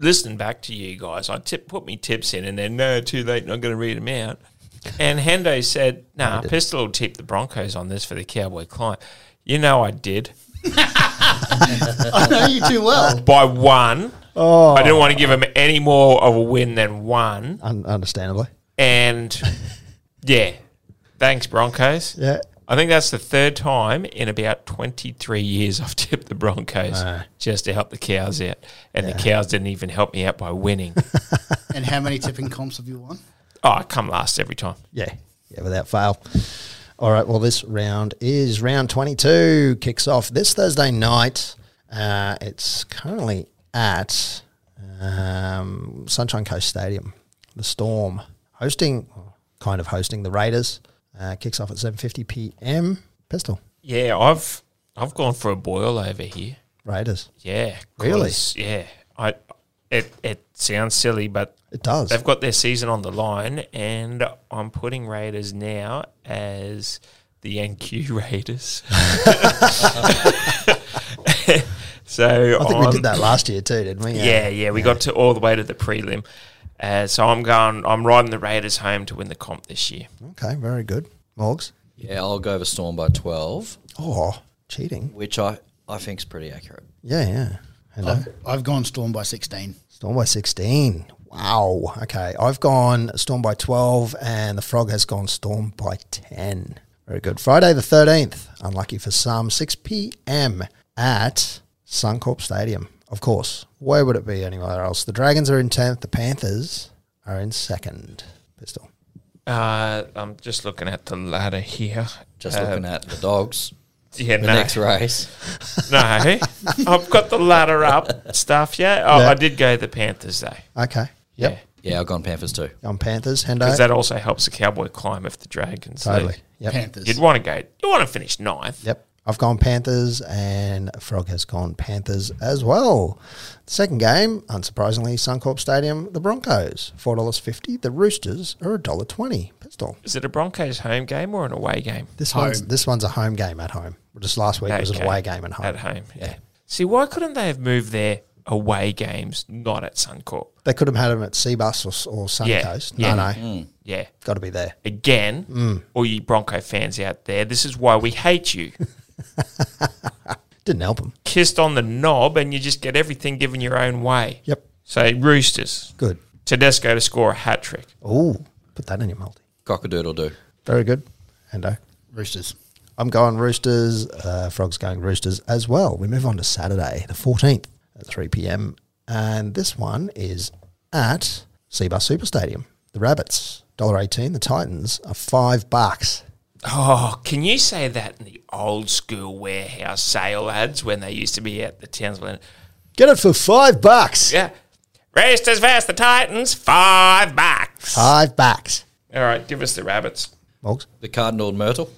Speaker 2: listening back to you guys, I tip, put me tips in, and then no, too late, not going to read them out. And Hendo said, "Nah, Pistol will tip the Broncos on this for the Cowboy client." You know, I did
Speaker 4: *laughs* I know you too well.
Speaker 2: by one. I didn't want to give him any more of a win than one.
Speaker 1: Un- understandably.
Speaker 2: And yeah, thanks Broncos.
Speaker 1: Yeah.
Speaker 2: I think that's the third time in about 23 years I've *laughs* tipped the Broncos just to help the cows out. And the cows didn't even help me out by winning.
Speaker 4: And how many tipping comps have you won?
Speaker 2: oh, I come last every time.
Speaker 1: Yeah. Yeah, without fail. All right. Well, this round is round 22. Kicks off this Thursday night. Uh, it's currently at um, Sunshine Coast Stadium. The Storm hosting, kind of hosting the Raiders. Uh, kicks off at 7.50 p.m. Pistol.
Speaker 2: Yeah, I've I've gone for a boil over here.
Speaker 1: Raiders.
Speaker 2: Yeah.
Speaker 1: Really?
Speaker 2: 'cause, Yeah. I it it sounds silly, but
Speaker 1: It does.
Speaker 2: They've got their season on the line, and I'm putting Raiders now as the NQ *laughs* Raiders. so
Speaker 1: I think we
Speaker 2: I'm-
Speaker 1: did that last year too, didn't we?
Speaker 2: Yeah, yeah, we got to all the way to the prelim. Uh, so I'm going. I'm riding the Raiders home to win the comp this year.
Speaker 1: Okay, very good. Morgs.
Speaker 3: Yeah, I'll go over Storm by 12,
Speaker 1: Oh, cheating.
Speaker 3: which I, I think is pretty accurate.
Speaker 1: Yeah, yeah. Hello.
Speaker 2: Oh.
Speaker 4: I've, I've gone Storm by 16.
Speaker 1: Storm by 16. Wow. Okay. I've gone Storm by 12, and the Frog has gone Storm by 10. Very good. Friday the 13th, unlucky for some, 6 p.m. at Suncorp Stadium. Of course. Where would it be anywhere else? The Dragons are in 10th, the Panthers are in 2nd. Pistol.
Speaker 2: Uh, I'm just looking at the ladder here.
Speaker 3: Just
Speaker 2: Uh,
Speaker 3: looking at the dogs,
Speaker 2: yeah,
Speaker 3: the
Speaker 2: no,
Speaker 3: next race.
Speaker 1: *laughs*
Speaker 2: no. I've got the ladder up stuff. Yeah, oh,
Speaker 1: Yeah.
Speaker 2: I did go the Panthers though.
Speaker 1: Okay. Yep.
Speaker 2: Yeah.
Speaker 3: Yeah, I've gone Panthers too.
Speaker 1: On Panthers,
Speaker 2: Because
Speaker 1: Hendo.
Speaker 2: that also helps the Cowboy climb if the Dragons.
Speaker 1: totally.
Speaker 2: lose.
Speaker 1: Yep.
Speaker 4: Panthers.
Speaker 2: You'd want to go. You want to finish ninth.
Speaker 1: Yep. I've gone Panthers and Frog has gone Panthers as well. Second game, unsurprisingly, Suncorp Stadium, the Broncos, $4.50. The Roosters are $1.20. Pistol.
Speaker 2: Is it a Broncos home game or an away game?
Speaker 1: This one's this one's a home game at home. Just last week was an
Speaker 2: Okay.
Speaker 1: away game at home.
Speaker 2: At home, yeah. See, why couldn't they have moved their away games not at Suncorp?
Speaker 1: They could have had them at Seabus or, s- or
Speaker 2: Yeah,
Speaker 1: Suncoast.
Speaker 2: yeah. Mm.
Speaker 1: No, no.
Speaker 2: Yeah.
Speaker 1: Got to be there.
Speaker 2: Again, all you Bronco fans out there, this is why we hate you.
Speaker 1: Didn't help them.
Speaker 2: Kissed on the knob, and you just get everything given your own way.
Speaker 1: Yep.
Speaker 2: So Roosters,
Speaker 1: Good.
Speaker 2: Tedesco to score a hat trick.
Speaker 1: Ooh, put that in your multi.
Speaker 3: Cockadoodle do.
Speaker 1: Very good. Hendo.
Speaker 4: Roosters.
Speaker 1: I'm going Roosters. Uh, Frog's going Roosters as well. We move on to Saturday, the 14th at 3 p.m. And this one is at Seabus Super Stadium. The Rabbits, $1.18. The Titans are 5 bucks.
Speaker 2: Oh, can you say that in the old school warehouse sale ads when they used to be at the Townsville?
Speaker 1: Get it for 5 bucks.
Speaker 2: Yeah. Roosters versus the Titans, five bucks.
Speaker 1: 5 bucks.
Speaker 2: All right, give us the rabbits.
Speaker 1: Morgs,
Speaker 3: The Cardinal and Myrtle.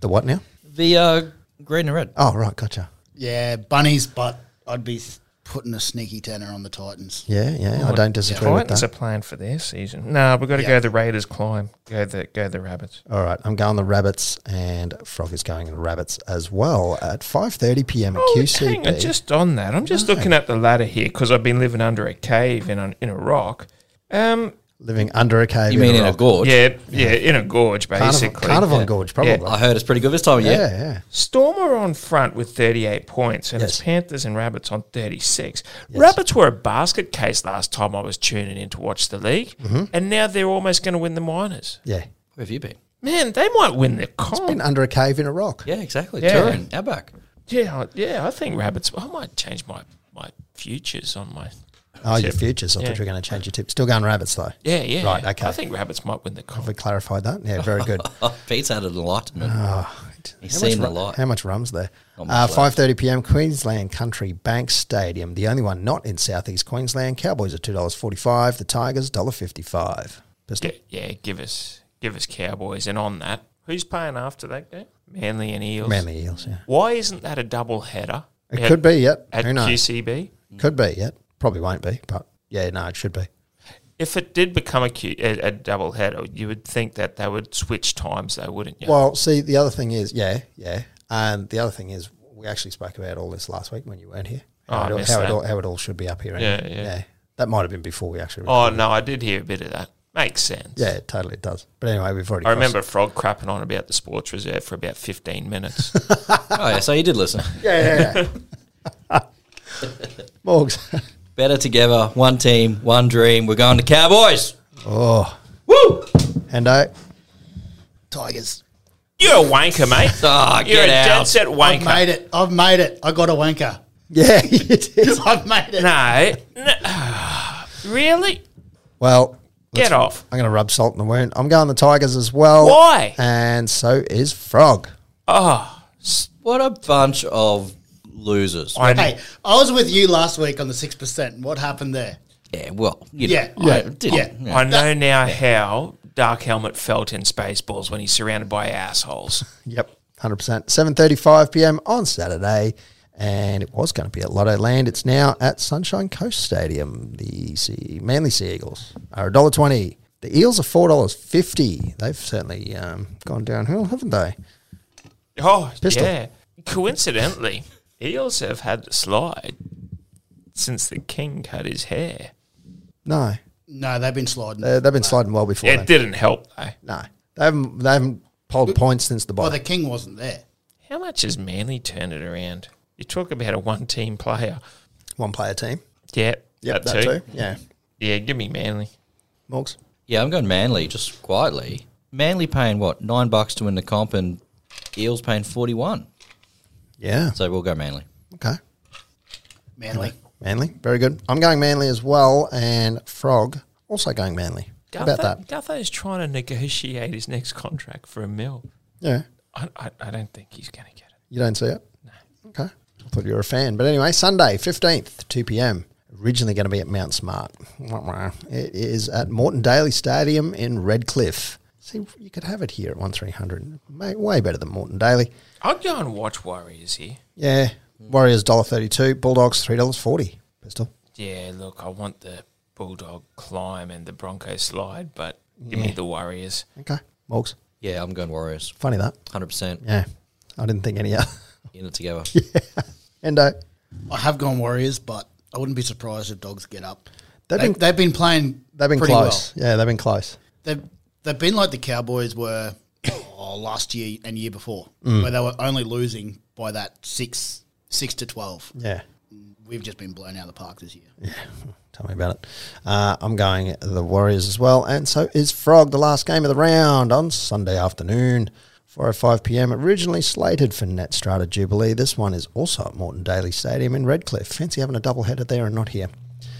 Speaker 1: the what now?
Speaker 3: The uh, green and red.
Speaker 1: Oh, right. Gotcha.
Speaker 4: Yeah, bunnies, but I'd be putting a sneaky tenner on the Titans.
Speaker 1: Yeah, yeah. I don't disagree with
Speaker 2: Titans are
Speaker 1: that.
Speaker 2: playing for their season. No, we've got to go the Raiders climb. Go the go the rabbits.
Speaker 1: All right. I'm going the Rabbits and Frog is going the Rabbits as well at 5.30 p.m. at QCB.
Speaker 2: Oh, Hang on, just on that. I'm just looking at the ladder here because I've been living under a cave in a, in a rock. Um,
Speaker 1: living under a cave.
Speaker 3: You mean in a
Speaker 1: rock.
Speaker 3: gorge?
Speaker 2: yeah, yeah, in a gorge
Speaker 1: Carnival,
Speaker 2: basically.
Speaker 1: Carnival Gorge, probably.
Speaker 3: I heard it's pretty good this time of year.
Speaker 1: Yeah, yeah.
Speaker 2: Storm are on front with 38 points, and
Speaker 1: Yes.
Speaker 2: it's Panthers and Rabbits on 36. Rabbits were a basket case last time I was tuning in to watch the league,
Speaker 1: Mm-hmm.
Speaker 2: and now they're almost going to win the Miners.
Speaker 1: Yeah.
Speaker 3: Where have you been?
Speaker 2: Man, they might win the
Speaker 1: Been
Speaker 2: comp.
Speaker 1: under a cave in a rock.
Speaker 3: Yeah, exactly.
Speaker 2: Yeah.
Speaker 3: Turin, Abak.
Speaker 2: Yeah, I- yeah, I think Rabbits. I might change my my futures on my.
Speaker 1: Oh, your
Speaker 2: Tip.
Speaker 1: futures. I
Speaker 2: Yeah.
Speaker 1: thought you were going to change your tip. Still going rabbits, though.
Speaker 2: Yeah, yeah.
Speaker 1: Right, okay.
Speaker 2: I think Rabbits might win the
Speaker 1: Have
Speaker 2: comp.
Speaker 1: we clarified that? Yeah, very good.
Speaker 3: Oh, Pete's had an enlightenment. He's
Speaker 1: much
Speaker 3: seen a
Speaker 1: ru-
Speaker 3: lot.
Speaker 1: Ah. How much rum's there?
Speaker 3: Not
Speaker 1: Uh,
Speaker 3: much
Speaker 1: Five thirty PM, Queensland Country Bank Stadium, the only one not in southeast Queensland. Cowboys are two dollars forty five. The Tigers dollar fifty five.
Speaker 2: Yeah, yeah, give us give us Cowboys, and on that, who's paying after that game? Manly and Eels.
Speaker 1: Manly Eels. Yeah,
Speaker 2: Why isn't that a double header?
Speaker 1: it could be. Yep.
Speaker 2: at
Speaker 1: Who knows?
Speaker 2: QCB.
Speaker 1: Could be. Yep. Probably won't be. But yeah, no, it should be.
Speaker 2: If it did become a, Q, a, a double header, you would think that they would switch times, though, wouldn't you?
Speaker 1: Well, see, the other thing is, yeah, yeah, and the other thing is, we actually spoke about all this last week when you weren't here.
Speaker 2: Oh,
Speaker 1: how,
Speaker 2: I
Speaker 1: it, all-
Speaker 2: missed
Speaker 1: how, it
Speaker 2: that.
Speaker 1: all, how it all should be up here.
Speaker 2: Yeah,
Speaker 1: anyway.
Speaker 2: yeah.
Speaker 1: That might have been before we actually.
Speaker 2: Oh no, I did hear a bit of that. Makes sense.
Speaker 1: Yeah, it totally does. But anyway, we've already.
Speaker 2: I
Speaker 1: crossed-
Speaker 2: remember Frog crapping on about the sports reserve for about 15
Speaker 1: *laughs*
Speaker 2: minutes.
Speaker 3: Oh, yeah, so you did listen. *laughs*
Speaker 1: Yeah, yeah, yeah.
Speaker 2: *laughs*
Speaker 1: Morgs.
Speaker 3: Better together, one team, one dream. We're going to Cowboys.
Speaker 1: Oh,
Speaker 3: Woo!
Speaker 1: Hendo.
Speaker 4: Tigers.
Speaker 2: You're a wanker, mate.
Speaker 3: Ah,
Speaker 2: You're a
Speaker 3: get
Speaker 2: dead
Speaker 3: out.
Speaker 2: set
Speaker 4: I've
Speaker 2: wanker.
Speaker 4: made it. I've made it. I got a wanker. *laughs*
Speaker 1: Yeah, *laughs* you did.
Speaker 4: I've made it.
Speaker 2: No, no. *sighs* really?
Speaker 1: Well,
Speaker 2: Get off.
Speaker 1: I'm going to rub salt in the wound. I'm going the Tigers as well.
Speaker 2: Why?
Speaker 1: And so is Frog.
Speaker 2: Oh,
Speaker 3: What a bunch of losers.
Speaker 2: I
Speaker 4: Hey, I was with you last week on the six percent. What happened there?
Speaker 3: Yeah, well, you know,
Speaker 4: Yeah,
Speaker 3: I
Speaker 4: yeah,
Speaker 3: didn't-
Speaker 4: yeah.
Speaker 2: I know now how Dark Helmet felt in Spaceballs when he's surrounded by
Speaker 1: *laughs*
Speaker 2: assholes.
Speaker 1: Yep, 100%. 7.35 p.m. on Saturday. And it was going to be at Lotto Land. It's now at Sunshine Coast Stadium. The sea, Manly Sea Eagles are $1.20. The Eels are $4.50. They've certainly um, gone downhill, haven't they?
Speaker 2: Oh,
Speaker 1: Pistol.
Speaker 2: yeah. Coincidentally, Eels have had the slide since the king cut his hair.
Speaker 1: No.
Speaker 4: No, they've been sliding.
Speaker 1: They, they've been sliding well before.
Speaker 2: It
Speaker 1: then.
Speaker 2: didn't help, though.
Speaker 1: No. They haven't, they haven't polled points since the bye.
Speaker 4: well, Oh, the king wasn't there.
Speaker 2: How much has Manly turned it around? You talk about a one team player.
Speaker 1: One player team.
Speaker 2: Yeah.
Speaker 1: Yep, that, too. Yeah.
Speaker 2: Yeah, give me Manly.
Speaker 1: Morgs.
Speaker 3: Yeah, I'm going Manly, just quietly. Manly paying what nine bucks to win the comp, and Eels paying forty-one.
Speaker 1: Yeah.
Speaker 3: So we'll go Manly.
Speaker 1: Okay.
Speaker 4: Manly.
Speaker 1: Manly. Very good. I'm going Manly as well. And Frog also going Manly. How about that?
Speaker 2: Gutho's trying to negotiate his next contract for a mil.
Speaker 1: Yeah.
Speaker 2: I, I, I don't think he's going to get it.
Speaker 1: You don't see it? No. Okay. I thought you were a fan. But anyway, Sunday, 15th, 2 p.m. Originally going to be at Mount Smart. Wah, wah. It is at Morton Daly Stadium in Redcliffe. See, you could have it here at 1300. Mate, way better than Morton Daly.
Speaker 2: I'll go and watch Warriors here.
Speaker 1: Yeah. Warriors $1.32, Bulldogs $3.40. Pistol.
Speaker 2: Yeah, look, I want the Bulldog climb and the Bronco slide, but give me the Warriors.
Speaker 1: Okay. Morgs.
Speaker 3: Yeah, I'm going Warriors,
Speaker 1: Funny that.
Speaker 3: hundred percent
Speaker 1: Yeah. I didn't think any other. *laughs*
Speaker 3: in it together.
Speaker 1: Endo.
Speaker 4: I have gone Warriors, but I wouldn't be surprised if dogs get up.
Speaker 1: They've
Speaker 4: They've they,
Speaker 1: been-
Speaker 4: been, they've been playing.
Speaker 1: They've been
Speaker 4: pretty
Speaker 1: close. Yeah, they've been close.
Speaker 4: Well. They've they've been like the Cowboys were *coughs* oh, last year and year before,
Speaker 1: Mm.
Speaker 4: where they were only losing by that six six to twelve.
Speaker 1: Yeah.
Speaker 4: We've just been blown out of the park this year.
Speaker 1: Tell me about it. Uh, I'm going the Warriors as well, and so is Frog. The last game of the round on Sunday afternoon, 4:05 p.m. Originally slated for Netstrata Jubilee, this one is also at Morton Daly Stadium in Redcliffe. Fancy having a double header there and not here.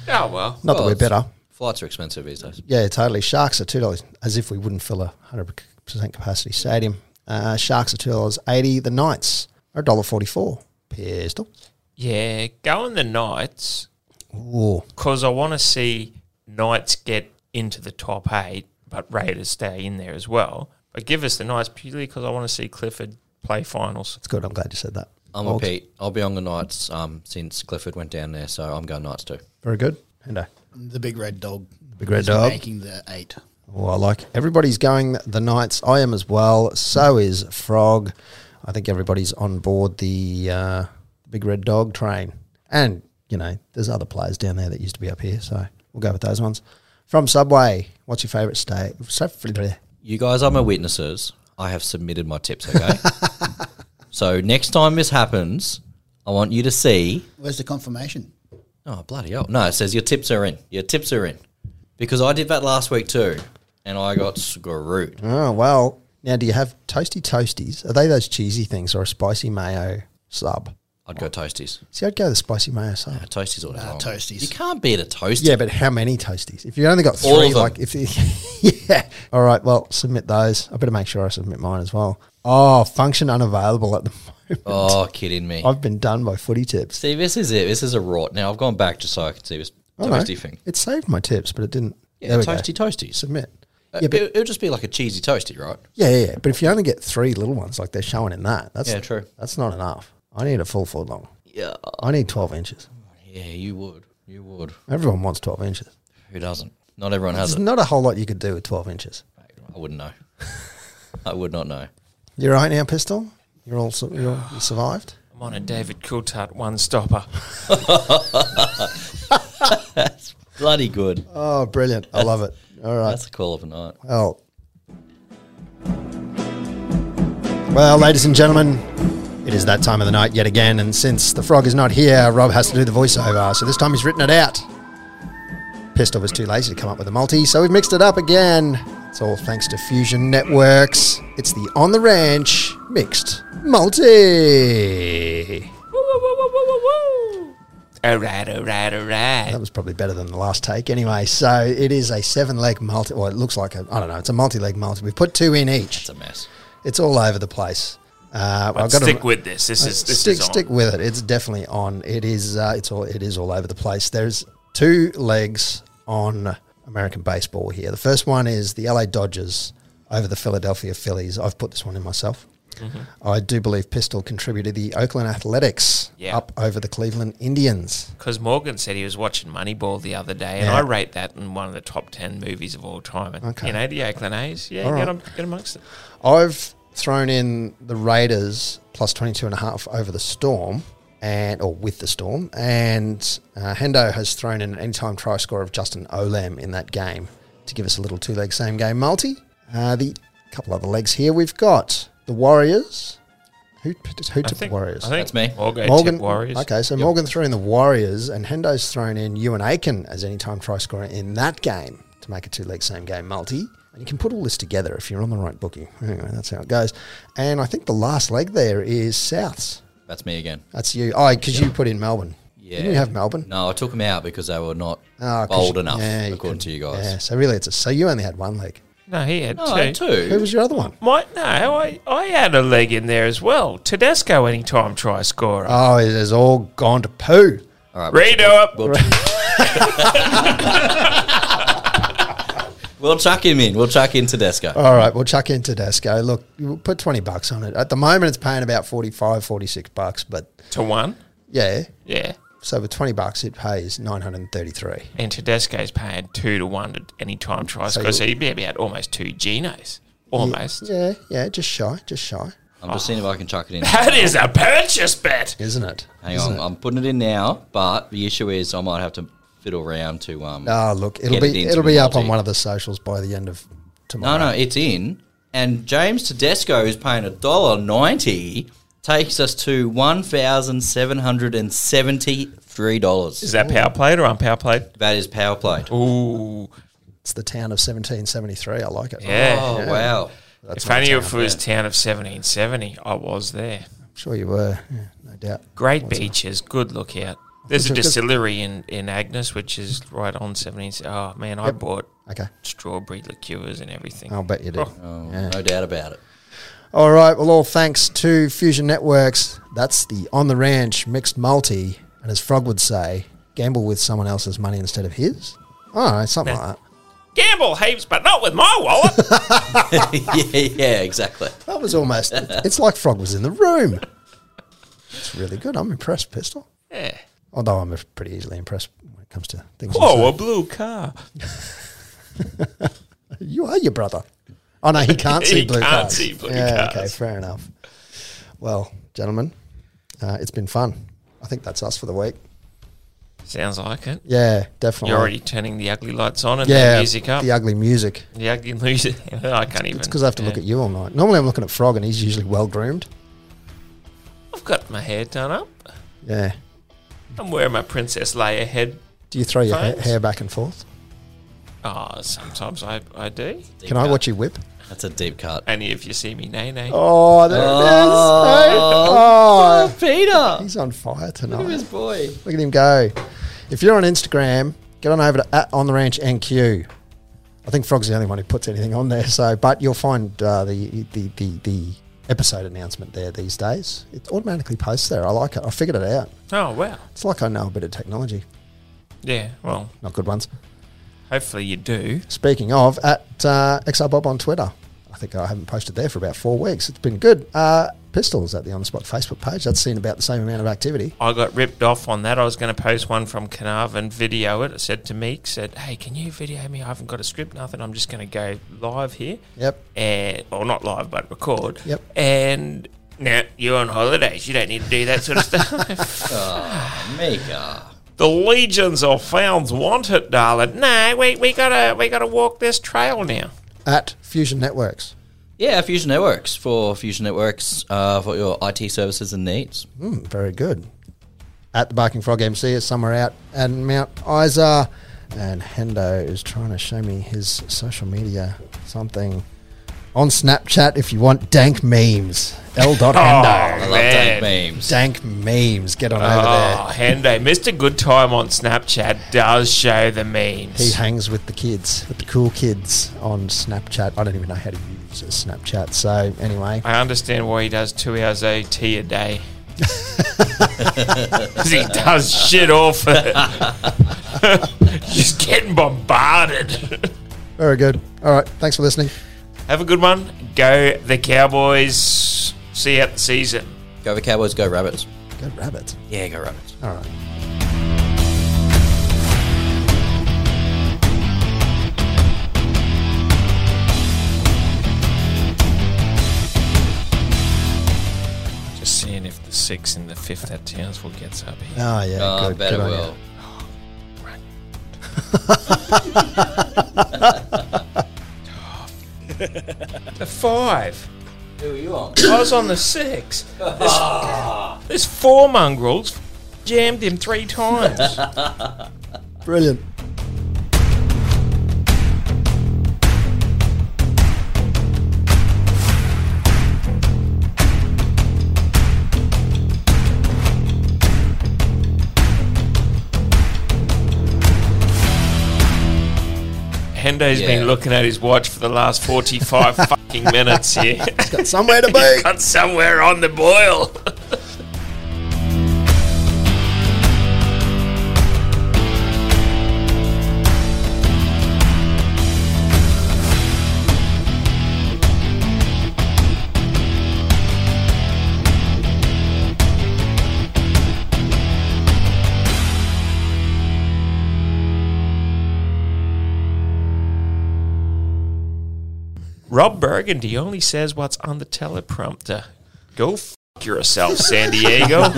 Speaker 2: Oh, well.
Speaker 1: Not that
Speaker 3: Oh,
Speaker 1: we're
Speaker 3: it's-
Speaker 1: better.
Speaker 3: Flights are expensive these days.
Speaker 1: Yeah, totally. Sharks are two dollars, as if we wouldn't fill a hundred percent capacity stadium. Uh, Sharks are two dollars eighty. The Knights are $1.44. Pistol.
Speaker 2: Yeah, go on the Knights
Speaker 1: Ooh,
Speaker 2: because I want to see Knights get into the top eight, but Raiders stay in there as well. But give us the Knights purely because I want to see Clifford play finals.
Speaker 1: it's good. I'm glad you said that.
Speaker 3: I'm a Pete. I'll be on the Knights um, since Clifford went down there, so I'm going Knights too.
Speaker 1: Very good. Hendo.
Speaker 4: The big red dog.
Speaker 1: Big red
Speaker 4: is
Speaker 1: dog.
Speaker 4: making the eight.
Speaker 1: Oh, I like everybody's going the Knights. I am as well. So is Frog. I think everybody's on board the uh, Big Red Dog train. And, you know, there's other players down there that used to be up here. So we'll go with those ones. From Subway, what's your favourite state? So-
Speaker 3: You guys are my witnesses. I have submitted my tips. Okay. so next time this happens, I want you to see
Speaker 4: Where's the confirmation?
Speaker 3: Oh bloody hell! No, it says your tips are in. Your tips are in, because I did that last week too, and I got screwed.
Speaker 1: Oh, well. Now, do you have toasty toasties? Are they those cheesy things or a spicy mayo sub?
Speaker 3: I'd go toasties.
Speaker 1: See, I'd go the spicy mayo sub.
Speaker 3: Yeah, toasties all day
Speaker 4: Nah,
Speaker 3: long.
Speaker 4: toasties.
Speaker 3: You can't beat a toastie.
Speaker 1: Yeah, but how many toasties? If you only got
Speaker 3: All
Speaker 1: three,
Speaker 3: of them.
Speaker 1: like if you, *laughs* yeah. All right, well, submit those. I better make sure I submit mine as well. Oh, function unavailable at the
Speaker 3: *laughs*
Speaker 1: moment.
Speaker 3: Oh, kidding me.
Speaker 1: I've been done by footy tips.
Speaker 3: see, this is it. This is a rot. Now I've gone back just so I could see this
Speaker 1: Oh, no.
Speaker 3: toasty thing.
Speaker 1: It saved my tips, but it didn't.
Speaker 3: Yeah,
Speaker 1: there we
Speaker 3: toasty
Speaker 1: go.
Speaker 3: toasties.
Speaker 1: Submit.
Speaker 3: Uh,
Speaker 1: yeah, but,
Speaker 3: it, will just be like a cheesy toasty, right?
Speaker 1: yeah, yeah, yeah. But if you only get three little ones, like they're showing in that, that's
Speaker 3: Yeah, true.
Speaker 1: That's not enough. I need a full foot long.
Speaker 3: Yeah.
Speaker 1: I need twelve inches.
Speaker 3: Yeah, you would. You would.
Speaker 1: Everyone wants twelve inches.
Speaker 3: Who doesn't? Not everyone has
Speaker 1: There's
Speaker 3: it.
Speaker 1: not a whole lot you could do with twelve inches.
Speaker 3: I wouldn't know. *laughs* I would not know.
Speaker 1: You're right now, pistol. You're all su- you're, you survived.
Speaker 2: I'm Mine and David Coulthard, one stopper. *laughs*
Speaker 3: Bloody good.
Speaker 1: Oh, brilliant. I love it. All right.
Speaker 3: That's the call of a night.
Speaker 1: Oh. Well, ladies and gentlemen, it is that time of the night yet again, and since the frog is not here, Rob has to do the voiceover, so this time he's written it out. Pissed off was too lazy to come up with a multi, so we've mixed it up again. It's all thanks to Fusion Networks. It's the On the Ranch mixed multi.
Speaker 2: All right, all right, all right.
Speaker 1: That was probably better than the last take anyway. So it is a seven leg multi. Well, it looks like a, I don't know, it's a multi leg multi. We put two in each.
Speaker 3: It's a mess.
Speaker 1: It's all over the place. Uh,
Speaker 2: But
Speaker 1: I've got
Speaker 2: stick
Speaker 1: to,
Speaker 2: with this. This is this
Speaker 1: stick
Speaker 2: is on.
Speaker 1: stick with it. It's definitely on. It is. Uh, it's all. It is all over the place. There's two legs on American baseball here. The first one is the LA Dodgers over the Philadelphia Phillies. I've put this one in myself.
Speaker 2: Mm-hmm.
Speaker 1: I do believe Pistol contributed the Oakland Athletics
Speaker 2: Yeah.
Speaker 1: up over the Cleveland Indians.
Speaker 2: Because Morgan said he was watching Moneyball the other day, and
Speaker 1: Yeah.
Speaker 2: I rate that in one of the top ten movies of all time. And
Speaker 1: Okay.
Speaker 2: you know the Oakland A's, yeah,
Speaker 1: All
Speaker 2: get,
Speaker 1: right.
Speaker 2: am- get amongst it.
Speaker 1: I've thrown in the Raiders plus 22 and a half over the Storm and or with the Storm and uh, Hendo has thrown in an anytime try score of Justin Olam E in that game to give us a little two leg same game multi. Uh, the couple other legs here we've got the Warriors. Who, who
Speaker 2: I
Speaker 1: took
Speaker 2: think
Speaker 1: the Warriors?
Speaker 2: I think
Speaker 3: That's me.
Speaker 2: Morgan,
Speaker 1: Morgan
Speaker 2: tipped Warriors.
Speaker 1: Okay, so Morgan threw in the Warriors, and Hendo's thrown in Ewan Aiken as anytime try scorer in that game to make a two leg same game multi. And you can put all this together if you're on the right booking. Anyway, that's how it goes. And I think the last leg there is Souths.
Speaker 3: That's me again.
Speaker 1: That's you. Oh, because you put in Melbourne.
Speaker 3: Yeah.
Speaker 1: Didn't you have Melbourne?
Speaker 3: No, I took them out because they were not
Speaker 1: Oh, 'cause
Speaker 3: bold
Speaker 1: you-
Speaker 3: enough,
Speaker 1: yeah, you
Speaker 3: according to
Speaker 1: couldn't-
Speaker 3: you guys. Oh,
Speaker 1: Yeah, so really, it's a. So you only had one leg.
Speaker 2: No, he had
Speaker 3: No,
Speaker 2: two.
Speaker 3: two.
Speaker 1: Who was your other one?
Speaker 2: My, no, I, I had a leg in there as well. Tedesco anytime try scorer.
Speaker 1: Oh, it has all gone to poo.
Speaker 3: All right,
Speaker 2: Redo up.
Speaker 3: We'll,
Speaker 1: *laughs*
Speaker 3: we'll chuck *laughs* him in. We'll chuck in Tedesco.
Speaker 1: All right, we'll chuck in Tedesco. Look, you put 20 bucks on it. At the moment, it's paying about 45, 46 bucks, but
Speaker 2: to one.
Speaker 1: yeah,
Speaker 2: Yeah.
Speaker 1: So with 20 bucks, it pays 933.
Speaker 2: And Tedesco's paying two to one to any time try scorer. So he'd be about almost two Genos. Almost.
Speaker 1: Yeah, yeah, just shy, just shy,
Speaker 3: I'm just seeing if I can chuck
Speaker 2: *laughs*
Speaker 3: it in.
Speaker 2: That is a purchase bet.
Speaker 1: isn't it?
Speaker 3: Hang
Speaker 1: Isn't
Speaker 3: on,
Speaker 1: it?
Speaker 3: I'm putting it in now, but the issue is I might have to fiddle around to. Um,
Speaker 1: Ah, look, it'll
Speaker 3: Get it
Speaker 1: be
Speaker 3: into
Speaker 1: it'll
Speaker 3: the
Speaker 1: be up on
Speaker 3: multi.
Speaker 1: one of the socials by the end of tomorrow.
Speaker 3: no, no, it's in. And James Tedesco is paying a dollar ninety. Takes us to one thousand seven hundred and seventy-three
Speaker 2: Is
Speaker 3: dollars.
Speaker 2: that power played or unpower played?
Speaker 3: That is power played.
Speaker 2: Ooh.
Speaker 1: It's the town of 1773. I like it.
Speaker 2: Yeah.
Speaker 3: Oh wow!
Speaker 1: That's
Speaker 2: if
Speaker 1: my
Speaker 2: only
Speaker 1: town.
Speaker 2: if it was town of 1770, I was there.
Speaker 1: I'm sure you were, yeah, no doubt.
Speaker 2: Great beaches, good lookout. There's a
Speaker 1: Good- good-
Speaker 2: distillery in, in Agnes, which is right on 1770. Oh, man, I bought
Speaker 1: Okay,
Speaker 2: strawberry liqueurs and everything.
Speaker 1: I'll bet you did.
Speaker 3: Oh,
Speaker 1: Yeah.
Speaker 3: No doubt about it. *laughs*
Speaker 1: All right, well, all thanks to Fusion Networks. That's the On the Ranch mixed multi, and as Frog would say, gamble with someone else's money instead of his. Oh, something like that.
Speaker 2: Gamble heaps, but not with my wallet.
Speaker 1: *laughs*
Speaker 3: yeah, yeah, exactly.
Speaker 1: That was almost. it's like Frog was in the room. It's really good. I'm impressed, Pistol.
Speaker 2: yeah.
Speaker 1: Although I'm pretty easily impressed when it comes to things.
Speaker 2: Whoa, a
Speaker 1: Whoa,
Speaker 2: blue car.
Speaker 1: you are your brother. Oh
Speaker 2: *laughs*
Speaker 1: no, he can't see
Speaker 2: He
Speaker 1: blue
Speaker 2: can't
Speaker 1: cards.
Speaker 2: see blue
Speaker 1: yeah,
Speaker 2: cards.
Speaker 1: okay, fair enough. Well, gentlemen, uh, it's been fun. I think that's us for the week.
Speaker 2: Sounds like it.
Speaker 1: Yeah, definitely.
Speaker 2: You're already turning the ugly lights on and
Speaker 1: yeah,
Speaker 2: the music up.
Speaker 1: The ugly music.
Speaker 2: The ugly music. *laughs* I can't even.
Speaker 1: It's because I have to look at you all night. Normally, I'm looking at Frog, and he's usually well groomed.
Speaker 2: I've got my hair done up.
Speaker 1: Yeah.
Speaker 2: I'm wearing my Princess Leia head.
Speaker 1: Do you throw your ha-
Speaker 2: Thanks.
Speaker 1: hair back and forth?
Speaker 2: Ah, sometimes I, I do.
Speaker 3: Deep
Speaker 1: Can I
Speaker 3: cut.
Speaker 1: watch you whip?
Speaker 3: That's a deep cut.
Speaker 2: Only if you see me nay nay.
Speaker 1: Oh, there it is. Hey. Oh,
Speaker 3: Peter,
Speaker 1: he's on fire tonight.
Speaker 3: his boy.
Speaker 1: Look at him go. If you're on Instagram, get on over to at on the ranch NQ. I think Frog's the only one who puts anything on there. So, but you'll find uh, the, the the the episode announcement there these days. It automatically posts there. I like it. I figured it out.
Speaker 2: Oh, wow.
Speaker 1: It's like I know a bit of technology,
Speaker 2: Yeah, well,
Speaker 1: not good ones.
Speaker 2: hopefully you do.
Speaker 1: Speaking of, at uh, XRBob on Twitter. I think I haven't posted there for about four weeks. It's been good. Uh, Pistols at the On the Spot Facebook page. That's seen about the same amount of activity.
Speaker 2: I got ripped off on that. I was going to post one from Carnarvon, video it. I said to Meek, said, hey, can you video me? I haven't got a script, nothing. I'm just going to go live here.
Speaker 1: Yep.
Speaker 2: and or not live but record.
Speaker 1: Yep.
Speaker 2: And Now you're on holidays. You don't need to do that sort of stuff. *laughs*
Speaker 3: Mika.
Speaker 2: the legions of founds want it, darling. No, we, we gotta we gotta walk this trail now.
Speaker 1: at Fusion Networks.
Speaker 3: Yeah, Fusion Networks for Fusion Networks uh, for your IT services and needs.
Speaker 1: Mm, very good. At the Barking Frog MC is somewhere out at Mount Isa. And Hendo is trying to show me his social media something on Snapchat if you want dank memes. L. dot
Speaker 2: *laughs* Oh,
Speaker 3: I
Speaker 1: Hendo.
Speaker 3: love dank
Speaker 2: Man.
Speaker 3: memes.
Speaker 1: Dank memes. Get on over there.
Speaker 2: Oh, Hendo, Mr. Good Time on Snapchat does show the
Speaker 1: He
Speaker 2: memes.
Speaker 1: hangs with the kids, with the cool kids on Snapchat. I don't even know how to use Snapchat. So, anyway,
Speaker 2: I understand why he does two hours OT
Speaker 1: *laughs*
Speaker 2: a day. 'Cause he does shit off it. *laughs* Just getting bombarded.
Speaker 1: very good. All right. Thanks for listening.
Speaker 2: Have a good one. Go the Cowboys. See you at the season.
Speaker 3: Go the Cowboys, go Rabbits.
Speaker 1: Go, rabbits.
Speaker 3: Yeah, go Rabbits.
Speaker 1: All right.
Speaker 2: Just seeing if the six and the fifth at Townsville gets up here.
Speaker 1: Oh, yeah.
Speaker 3: Ah,
Speaker 1: good.
Speaker 3: better
Speaker 1: good on you.
Speaker 3: will.
Speaker 2: The five.
Speaker 3: Who are you on?
Speaker 2: I was on the six. This, *laughs* this four mongrels jammed him three times.
Speaker 1: Brilliant.
Speaker 2: Hendo's
Speaker 3: Yeah.
Speaker 2: been looking at his watch for the last 45 fucking minutes here. *laughs*
Speaker 1: Got somewhere to be.
Speaker 2: Got somewhere on the boil. Rob Burgundy only says what's on the teleprompter. Go f yourself, San Diego.